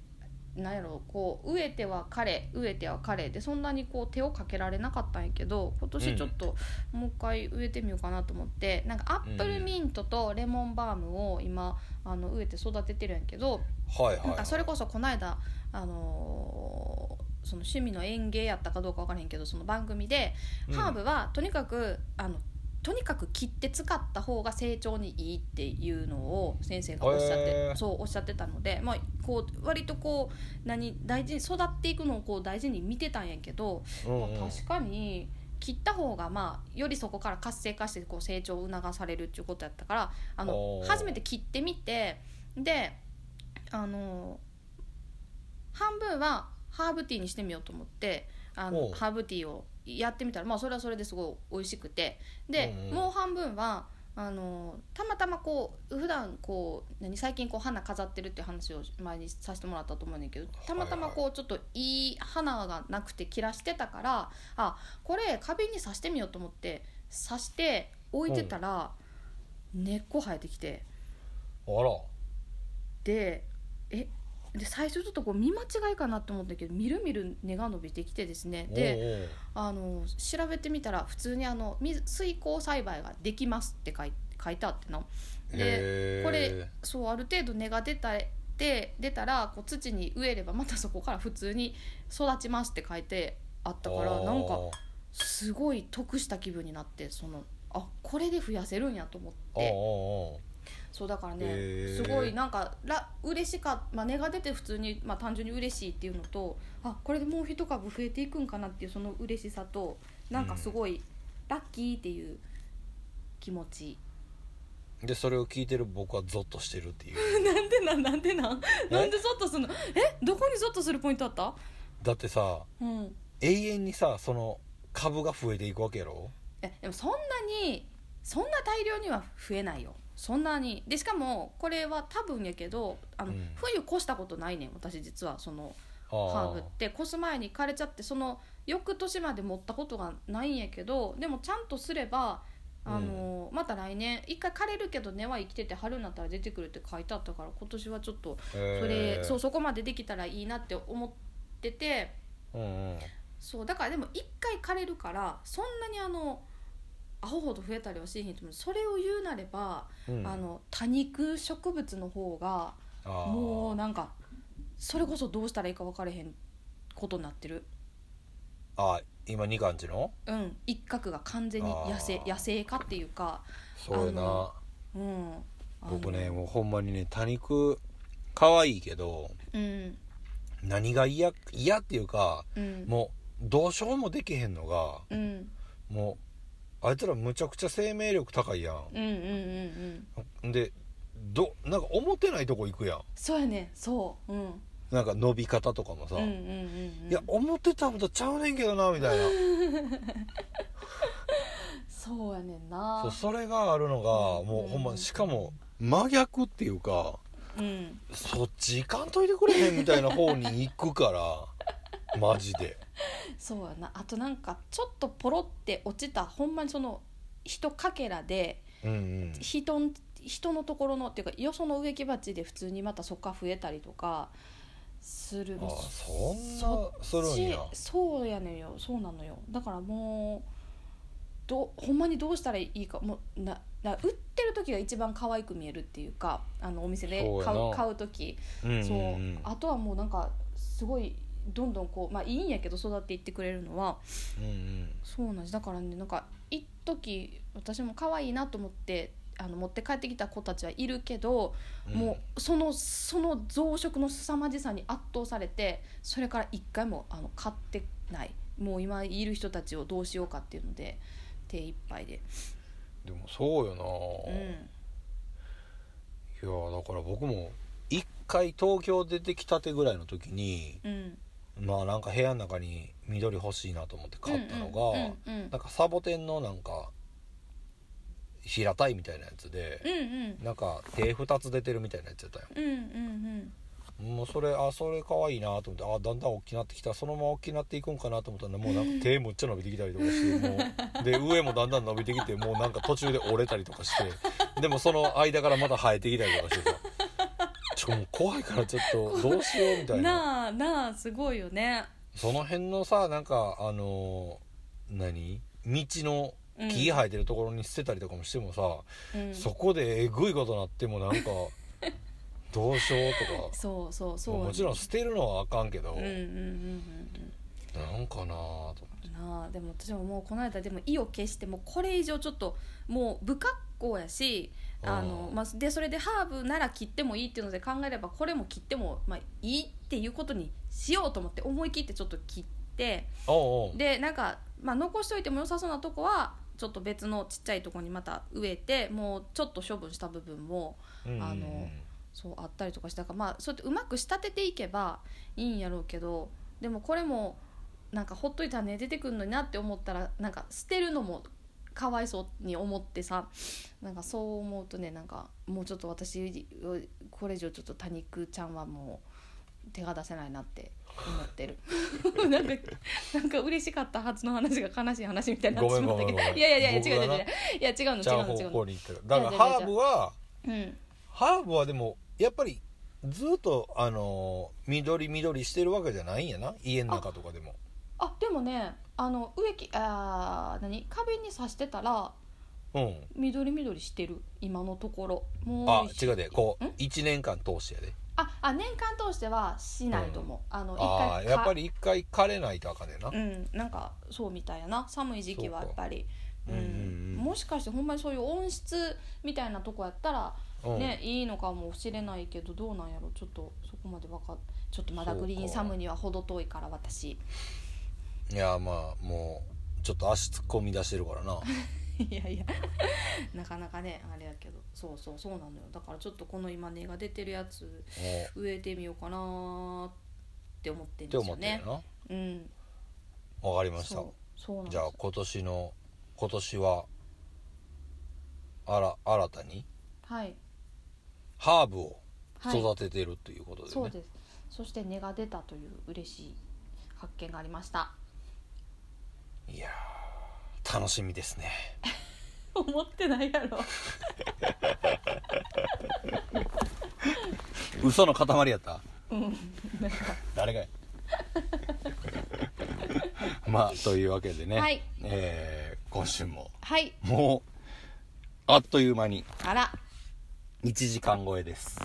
Speaker 2: なんやろうこう植えては彼植えては彼でそんなにこう手をかけられなかったんやけど今年ちょっともう一回植えてみようかなと思って、なんかアップルミントとレモンバームを今あの植えて育ててるんやけど、
Speaker 1: はいはい
Speaker 2: なん
Speaker 1: は
Speaker 2: か
Speaker 1: い
Speaker 2: それこそこの間、あのーその趣味の園芸やったかどうか分からへんけどその番組で、
Speaker 1: うん
Speaker 2: ハーブはとにかくあのとにかく切って使った方が成長にいいっていうのを先生がおっしゃって、
Speaker 1: へー
Speaker 2: そうおっしゃってたので、まあ、こう割とこう何大事に育っていくのをこう大事に見てたんやけど、
Speaker 1: うんうん
Speaker 2: まあ確かに切った方がまあよりそこから活性化してこう成長を促されるっていうことやったからあの
Speaker 1: おー
Speaker 2: 初めて切ってみてであの半分はハーブティーにしてみようと思ってあ
Speaker 1: お
Speaker 2: の
Speaker 1: う
Speaker 2: ハーブティーをやってみたらまあそれはそれですごい美味しくてで
Speaker 1: うんうん
Speaker 2: もう半分はあのたまたまこう普段こう何最近こう花飾ってるっていう話を前にさせてもらったと思うねんだけどたまたまこうちょっといい花がなくて切らしてたからあこれ花瓶に刺してみようと思って刺して置いてたら根っこ生えてきて
Speaker 1: あら
Speaker 2: でえで最初ちょっとこう見間違いかなと思ったけどみるみる根が伸びてきてですねであの調べてみたら普通にあの水水耕栽培ができますって書い書いてあっての
Speaker 1: で
Speaker 2: これそうある程度根が出たで出たらこう土に植えればまたそこから普通に育ちますって書いてあったからなんかすごい得した気分になってそのあこれで増やせるんやと思ってそうだからね、
Speaker 1: へー
Speaker 2: すごいなんから嬉しかった、まあ、根が出て普通に、まあ、単純に嬉しいっていうのとあこれでもう一株増えていくんかなっていうその嬉しさとなんかすごいラッキーっていう気持ち、
Speaker 1: でそれを聞いてる僕はゾッとしてるっていう
Speaker 2: なんでなんなんでなん
Speaker 1: え
Speaker 2: なんでゾッとするのえどこにゾッとするポイントあった
Speaker 1: だってさ
Speaker 2: うん
Speaker 1: 永遠にさその株が増えていくわけやろ
Speaker 2: えでもそんなにそんな大量には増えないよそんなにでしかもこれは多分やけどあの、
Speaker 1: うん
Speaker 2: 冬越したことないねん私実はその
Speaker 1: あ
Speaker 2: ハーブって越す前に枯れちゃってその翌年まで持ったことがないんやけどでもちゃんとすればあの、また来年一回枯れるけど根は生きてて春になったら出てくるって書いてあったから今年はちょっと
Speaker 1: そ
Speaker 2: それ、そうそこまでできたらいいなって思ってて
Speaker 1: うんうん
Speaker 2: そうだからでも一回枯れるからそんなにあのアホほど増えたりはしへんと思うそれを言うなれば、
Speaker 1: うん
Speaker 2: あの多肉植物の方が
Speaker 1: あー
Speaker 2: もうなんかそれこそどうしたらいいか分からへんことになってる
Speaker 1: あ今2巻ちの
Speaker 2: うん一角が完全に野生
Speaker 1: あー
Speaker 2: 野生化っていうか
Speaker 1: そうや
Speaker 2: あ
Speaker 1: な
Speaker 2: のうんあの
Speaker 1: 僕ねもうほんまにね多肉可愛いけど
Speaker 2: うん
Speaker 1: 何が嫌嫌っていうか
Speaker 2: うん
Speaker 1: もうどうしようもできへんのが
Speaker 2: うんうん
Speaker 1: もうあいつらむちゃくちゃ生命力高いや
Speaker 2: うんうんうん
Speaker 1: んでどなんか思ってないとこ行くやん
Speaker 2: そうやねそううん
Speaker 1: なんか伸び方とかもさ、
Speaker 2: うんうんうんうん
Speaker 1: いや思ってたんとちゃうねんけどなみたいな
Speaker 2: そうやねんな
Speaker 1: そうそれがあるのが、
Speaker 2: うん
Speaker 1: もうほんましかも真逆っていうか
Speaker 2: うん
Speaker 1: そっち行かんといてくれへんみたいな方に行くから マジで
Speaker 2: そうやなあとなんかちょっとポロって落ちたほんまにその一かけらで
Speaker 1: うんうん
Speaker 2: 人ん人のところのっていうかよその植木鉢で普通にまたそっか増えたりとかする
Speaker 1: ああそん
Speaker 2: そ
Speaker 1: なするんや
Speaker 2: ちそうやねんよそうなのよだからもうどうほんまにどうしたらいいかもうなな売ってる時が一番可愛く見えるっていうかあのお店で
Speaker 1: そうや
Speaker 2: 買う
Speaker 1: な
Speaker 2: 買う時
Speaker 1: うんうんうん
Speaker 2: そうあとはもうなんかすごいどんどんこうまあいいんやけど育っていってくれるのは
Speaker 1: うんうん
Speaker 2: そうなんですだからねなんか一時私も可愛いなと思ってあの持って帰ってきた子たちはいるけど、
Speaker 1: うん
Speaker 2: もうそのその増殖の凄まじさに圧倒されてそれから一回もあの買ってないもう今いる人たちをどうしようかっていうので手一杯で
Speaker 1: でもそうよな、
Speaker 2: う
Speaker 1: い
Speaker 2: ん
Speaker 1: やだから僕も一回東京出てきたてぐらいの時に
Speaker 2: うん
Speaker 1: まあなんか部屋の中に緑欲しいなと思って買ったのが、
Speaker 2: うんうん
Speaker 1: なんかサボテンのなんか平たいみたいなやつで、
Speaker 2: うんうん
Speaker 1: なんか手2つ出てるみたいなやつやったよ
Speaker 2: うんうん
Speaker 1: もうそれあそれ可愛いなと思ってあだんだん大きくなってきたそのまま大きくなっていくんかなと思ったら もうなんか手むっちゃ伸びてきたりとかしてもうで上もだんだん伸びてきてもうなんか途中で折れたりとかしてでもその間からまた生えてきたりとかしてさちょもう怖いからちょっとどうしようみ
Speaker 2: う
Speaker 1: たい
Speaker 2: ん
Speaker 1: な
Speaker 2: なあなあすごいよね
Speaker 1: その辺のさなんかあのー何道の木生えてるところに捨てたりとかもしてもさ、
Speaker 2: うん
Speaker 1: そこでえぐいことなってもなん かどうしようとか
Speaker 2: そうそうそう
Speaker 1: まあもちろん捨てるのはあかんけど、
Speaker 2: うんうんうんうん
Speaker 1: なんかなぁと
Speaker 2: うんなあでも私ももうこの間でも意を決してもうこれ以上ちょっともう不格好やしあの
Speaker 1: うん
Speaker 2: まあ、でそれでハーブなら切ってもいいっていうので考えればこれも切っても、まあ、いいっていうことにしようと思って思い切ってちょっと切って
Speaker 1: おうおう
Speaker 2: でなんか、まあ、残しといても良さそうなとこはちょっと別のちっちゃいとこにまた植えてもうちょっと処分した部分も
Speaker 1: うんうんうん
Speaker 2: あのそうあったりとかしたからまあそうやってうまく仕立てていけばいいんやろうけどでもこれもなんかほっといたらね出てくるのになって思ったらなんか捨てるのもかわいそうに思ってさなんかそう思うとねなんかもうちょっと私これ以上ちょっと多肉ちゃんはもう手が出せないなって思っ てるなんかなんか嬉しかったはずの話が悲しい話みたいになってしまっ
Speaker 1: ごめんごめ
Speaker 2: たけ
Speaker 1: ん
Speaker 2: ど
Speaker 1: ごめん
Speaker 2: いやいやいや違
Speaker 1: 僕
Speaker 2: う違
Speaker 1: が
Speaker 2: う違う
Speaker 1: ない
Speaker 2: や違うの違
Speaker 1: ちゃう
Speaker 2: うの
Speaker 1: 方
Speaker 2: 違うの
Speaker 1: 向に行ってるだから
Speaker 2: いやいやい
Speaker 1: ハ
Speaker 2: や
Speaker 1: ーブは
Speaker 2: うん
Speaker 1: ハーブはでもやっぱりずっとあのー緑緑してるわけじゃないんやな家の中とかでも
Speaker 2: あでもねあの植木あー何花瓶に刺してたら
Speaker 1: うん
Speaker 2: 緑緑してる今のところもう
Speaker 1: あ
Speaker 2: 一
Speaker 1: 違うでこう
Speaker 2: うん
Speaker 1: 1年間通してやで
Speaker 2: ああ年間通してはしないと思う、あの
Speaker 1: ああ
Speaker 2: 一回
Speaker 1: やっぱ
Speaker 2: り
Speaker 1: り一回枯れないとあかんねんな
Speaker 2: うんなんかそうみたいやな寒い時期はやっぱり
Speaker 1: そううか
Speaker 2: ん、
Speaker 1: うんうんうん
Speaker 2: もしかしてほんまにそういう温室みたいなとこやったら、
Speaker 1: うん
Speaker 2: ねいいのかもしれないけどどうなんやろちょっとそこまでわかっちょっとまだ
Speaker 1: そうか
Speaker 2: グリーンサムには程遠いから私
Speaker 1: いやまあもうちょっと足突っ込み出してるから ない
Speaker 2: やいやなかなかねあれやけどそうそうそうなのよだからちょっとこの今根が出てるやつ
Speaker 1: っ
Speaker 2: 植えてみようかなーって思ってるん
Speaker 1: て
Speaker 2: で
Speaker 1: 思
Speaker 2: すよ
Speaker 1: って
Speaker 2: ね
Speaker 1: る。な
Speaker 2: うん、
Speaker 1: わかりました
Speaker 2: そうそうなんです
Speaker 1: じゃあ今年の今年はあら新たに
Speaker 2: はい、
Speaker 1: ハーブを
Speaker 2: はい、
Speaker 1: 育ててるということでね、
Speaker 2: そうですそして根が出たという嬉しい発見がありました
Speaker 1: い、やー楽しみですね
Speaker 2: 思ってないやろ
Speaker 1: 嘘の塊やった
Speaker 2: うんなんか
Speaker 1: 誰 がや まあというわけでね、
Speaker 2: はい
Speaker 1: えー今週も
Speaker 2: はい
Speaker 1: もうあっという間に
Speaker 2: あら
Speaker 1: 1時間超えです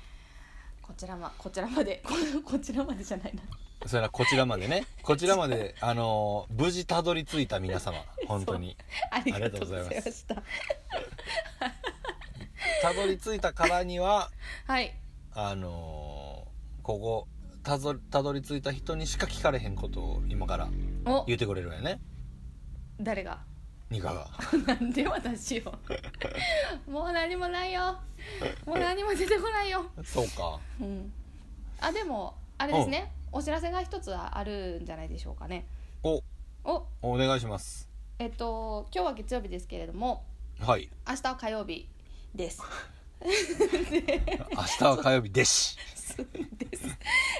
Speaker 2: こちらまこちらまでここちらまでじゃないな
Speaker 1: それはこちらまでねこちらまであのー無事たどり着いた皆様本当に
Speaker 2: あり
Speaker 1: り
Speaker 2: が
Speaker 1: が
Speaker 2: と
Speaker 1: と
Speaker 2: う
Speaker 1: う
Speaker 2: ご
Speaker 1: ご
Speaker 2: ざ
Speaker 1: ざ
Speaker 2: い
Speaker 1: い
Speaker 2: ま
Speaker 1: ます
Speaker 2: した。
Speaker 1: たどり着いたからには
Speaker 2: はい、
Speaker 1: あのーここたどたどり着いた人にしか聞かれへんことを今から
Speaker 2: お
Speaker 1: 言ってくれるわよね
Speaker 2: 誰が
Speaker 1: ニカが
Speaker 2: なんで私をもう何もないよもう何も出てこないよ、
Speaker 1: そうか
Speaker 2: うん、あでもあれですねお知らせが一つあるんじゃないでしょうかね
Speaker 1: お
Speaker 2: お
Speaker 1: お願いします
Speaker 2: えっと今日は月曜日ですけれども
Speaker 1: はい
Speaker 2: 明日は火曜日です
Speaker 1: 明日は火曜日ですし
Speaker 2: です。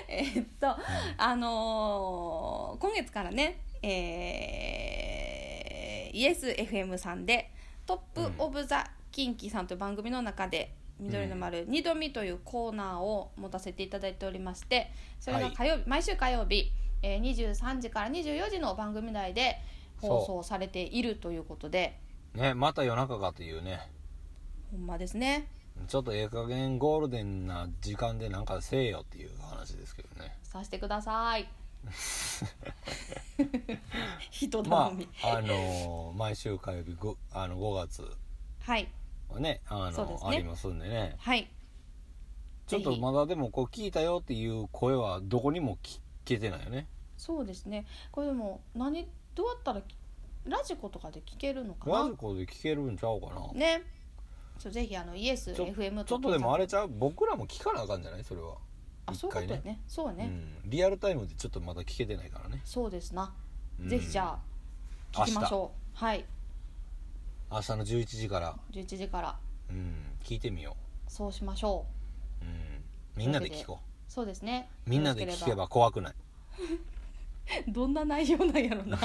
Speaker 2: えーっと、あのー今月からね、えー、イエス FM さんで「トップ・オブ・ザ・キンキさんという番組の中で「緑の丸二度見」というコーナーを持たせていただいておりましてそれが火曜日、毎週火曜日、えー、23時から24時の番組内で放送されているということで
Speaker 1: ねまた夜中かというね
Speaker 2: ほんまですね
Speaker 1: ちょっとええ加減ゴールデンな時間でなんかせえよっていう話ですけどね
Speaker 2: さしてください。 人
Speaker 1: ま
Speaker 2: 頼み、
Speaker 1: ああのー毎週火曜日ごあの5月
Speaker 2: はい
Speaker 1: はねあ
Speaker 2: そ
Speaker 1: の
Speaker 2: うですね
Speaker 1: ありますんでね
Speaker 2: はい
Speaker 1: ちょっ
Speaker 2: ぜ
Speaker 1: と
Speaker 2: ひ
Speaker 1: まだでもこう聞いたよっていう声はどこにも聞けてないよね
Speaker 2: そうですねこれでも何どうやったらラジコとかで聞けるのか
Speaker 1: ラ
Speaker 2: な
Speaker 1: ジコで聞けるんちゃうかな
Speaker 2: ねそうぜひあのイエス
Speaker 1: ちょ
Speaker 2: FM
Speaker 1: ちょっとでもあ
Speaker 2: れ
Speaker 1: れちゃう僕らも聞かなあかんじゃないそれは
Speaker 2: あそういうことよねそう
Speaker 1: う
Speaker 2: ね、
Speaker 1: ん、リアルタイムでちょっとまだ聞けてないからね、
Speaker 2: そうですな、
Speaker 1: うん
Speaker 2: ぜひじゃあ聞きましょうはい
Speaker 1: 明日の11時から、
Speaker 2: 11時から
Speaker 1: うん、聞いてみよ
Speaker 2: そうしましょ
Speaker 1: う、うん、みんなで聞こ
Speaker 2: うそうですね
Speaker 1: うみんなで
Speaker 2: よろし
Speaker 1: 聞けば怖くない
Speaker 2: どんな内容なんやろな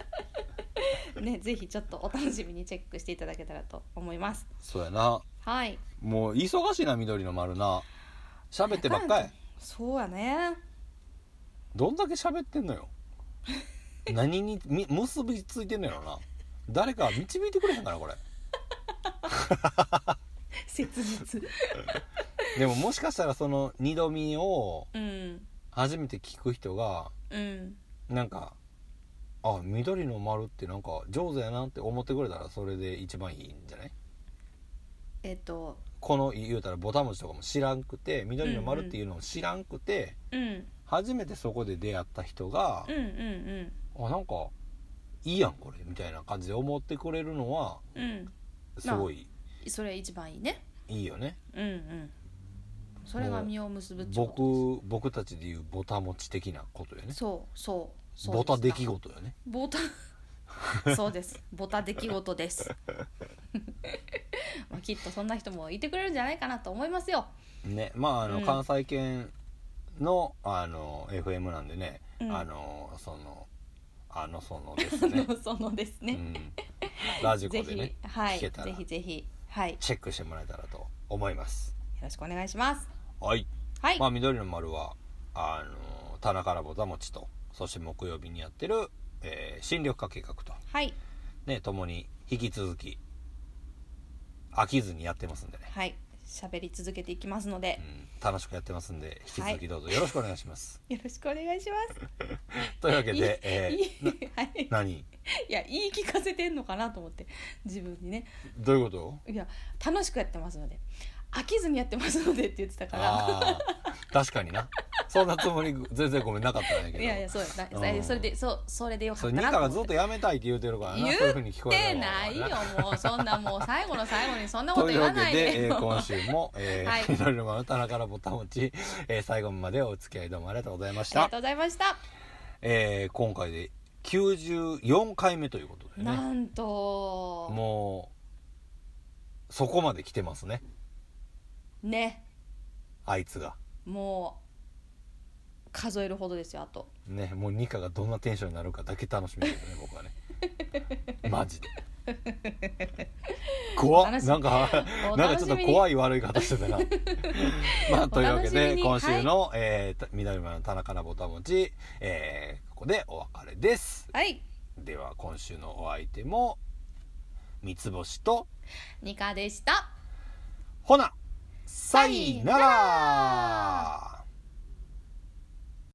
Speaker 2: ねぜひちょっとお楽しみにチェックしていただけたらと思います
Speaker 1: そうやな
Speaker 2: はい
Speaker 1: もう忙しいな緑の丸な喋ってばっかり
Speaker 2: そうやね
Speaker 1: どんだけ喋ってん のよ何にみ結びついてんのやろな誰か導いてくれへんかなこれ
Speaker 2: 切実
Speaker 1: でももしかしたらその二度見を
Speaker 2: うん
Speaker 1: 初めて聞く人が
Speaker 2: うん
Speaker 1: なんかあ緑の丸ってなんか上手やなって思ってくれたらそれで一番いいんじゃない
Speaker 2: えっと
Speaker 1: この言うたらボタン文字とかも知らんくて緑の丸っていうのを知らんくて、
Speaker 2: うんうん
Speaker 1: 初めてそこで出会った人が
Speaker 2: うん、うん
Speaker 1: あなんかいいやんこれみたいな感じで思ってくれるのは
Speaker 2: うんうん
Speaker 1: すごい
Speaker 2: それ一番いいね
Speaker 1: いいよね
Speaker 2: うんうんそれが実を結ぶっちゅうこと
Speaker 1: 僕僕たちでいうボタ持ち的なことよ
Speaker 2: で
Speaker 1: ね
Speaker 2: すそうそうそう
Speaker 1: ボタ出
Speaker 2: で
Speaker 1: 来
Speaker 2: き
Speaker 1: 事よね
Speaker 2: ボタそうですボタ出来事ですまあきっとそんな人もいてくれるんじゃないかなと思いますよ
Speaker 1: ねまああの、
Speaker 2: うん
Speaker 1: 関西圏のあの FM なんでね、
Speaker 2: うん
Speaker 1: あのそのあのそのですね
Speaker 2: そのです
Speaker 1: う
Speaker 2: ね、
Speaker 1: ん、ラジコ
Speaker 2: ぜ
Speaker 1: で
Speaker 2: ひ、
Speaker 1: ね
Speaker 2: はい
Speaker 1: 聞けたら
Speaker 2: ぜひぜひはいよ
Speaker 1: チェックしてもらえたらと思います
Speaker 2: ろしくお願いします
Speaker 1: はい、
Speaker 2: はい、
Speaker 1: まあ緑の丸はあの棚からぼたもちとそして木曜日にやってる、えー新緑化計画と
Speaker 2: はい
Speaker 1: ね共に引き続き飽きずにやってますんでね
Speaker 2: はい喋り続けていきますので
Speaker 1: う、ん楽しくやってますんで引き続きどうぞよろしくお願いし ます、
Speaker 2: よろしくお願いします
Speaker 1: というわけ
Speaker 2: いい
Speaker 1: で、え
Speaker 2: いいはい
Speaker 1: ー、何
Speaker 2: いや言い聞かせてんのかなと思って自分にね
Speaker 1: どういうこと
Speaker 2: いや楽しくやってますので飽きずにやってますのでって言ってたから
Speaker 1: ああ確かになそんなつもり全然ごめんなかったんだけど
Speaker 2: いやいやそうやな、
Speaker 1: うん
Speaker 2: それでそうそれでよか
Speaker 1: そ
Speaker 2: っ
Speaker 1: れニ
Speaker 2: たな
Speaker 1: カ
Speaker 2: と
Speaker 1: が
Speaker 2: 思
Speaker 1: ずっ
Speaker 2: っ
Speaker 1: てとやめたいって言うてるからな
Speaker 2: 言
Speaker 1: そういうふうに聞こ
Speaker 2: っ
Speaker 1: え
Speaker 2: て
Speaker 1: るのは
Speaker 2: ないよもうそんなもう最後の最後にそんなこと
Speaker 1: とい
Speaker 2: 言
Speaker 1: う
Speaker 2: わ
Speaker 1: わけ
Speaker 2: ないで
Speaker 1: で、えー
Speaker 2: もう
Speaker 1: 今週も「えー
Speaker 2: はい
Speaker 1: 緑の間の棚からぼたもち」えー最後までお付き合いどうもありがとうございまし
Speaker 2: ありが
Speaker 1: た
Speaker 2: と、うございました、
Speaker 1: えー今回で94回目ということでね
Speaker 2: なんと
Speaker 1: もうそこまで来てますね
Speaker 2: ね
Speaker 1: あいつが
Speaker 2: もう数えるほどですよあと
Speaker 1: ねもうニカがどんなテンションになるかだけ楽しみだけどね僕 はねマジで怖っ
Speaker 2: 楽しみ
Speaker 1: なんか
Speaker 2: お
Speaker 1: なんか
Speaker 2: 楽
Speaker 1: ち
Speaker 2: し
Speaker 1: ょっと
Speaker 2: みに
Speaker 1: 怖い悪い方して たなまあというわけ
Speaker 2: お楽しみ
Speaker 1: で
Speaker 2: に
Speaker 1: 今週の、えー、緑村の棚からぼたもち、えー、ここでお別れです
Speaker 2: はい
Speaker 1: では今週のお相手も三つ星と
Speaker 2: ニカでした
Speaker 1: ほなさいな
Speaker 2: さいな
Speaker 1: ら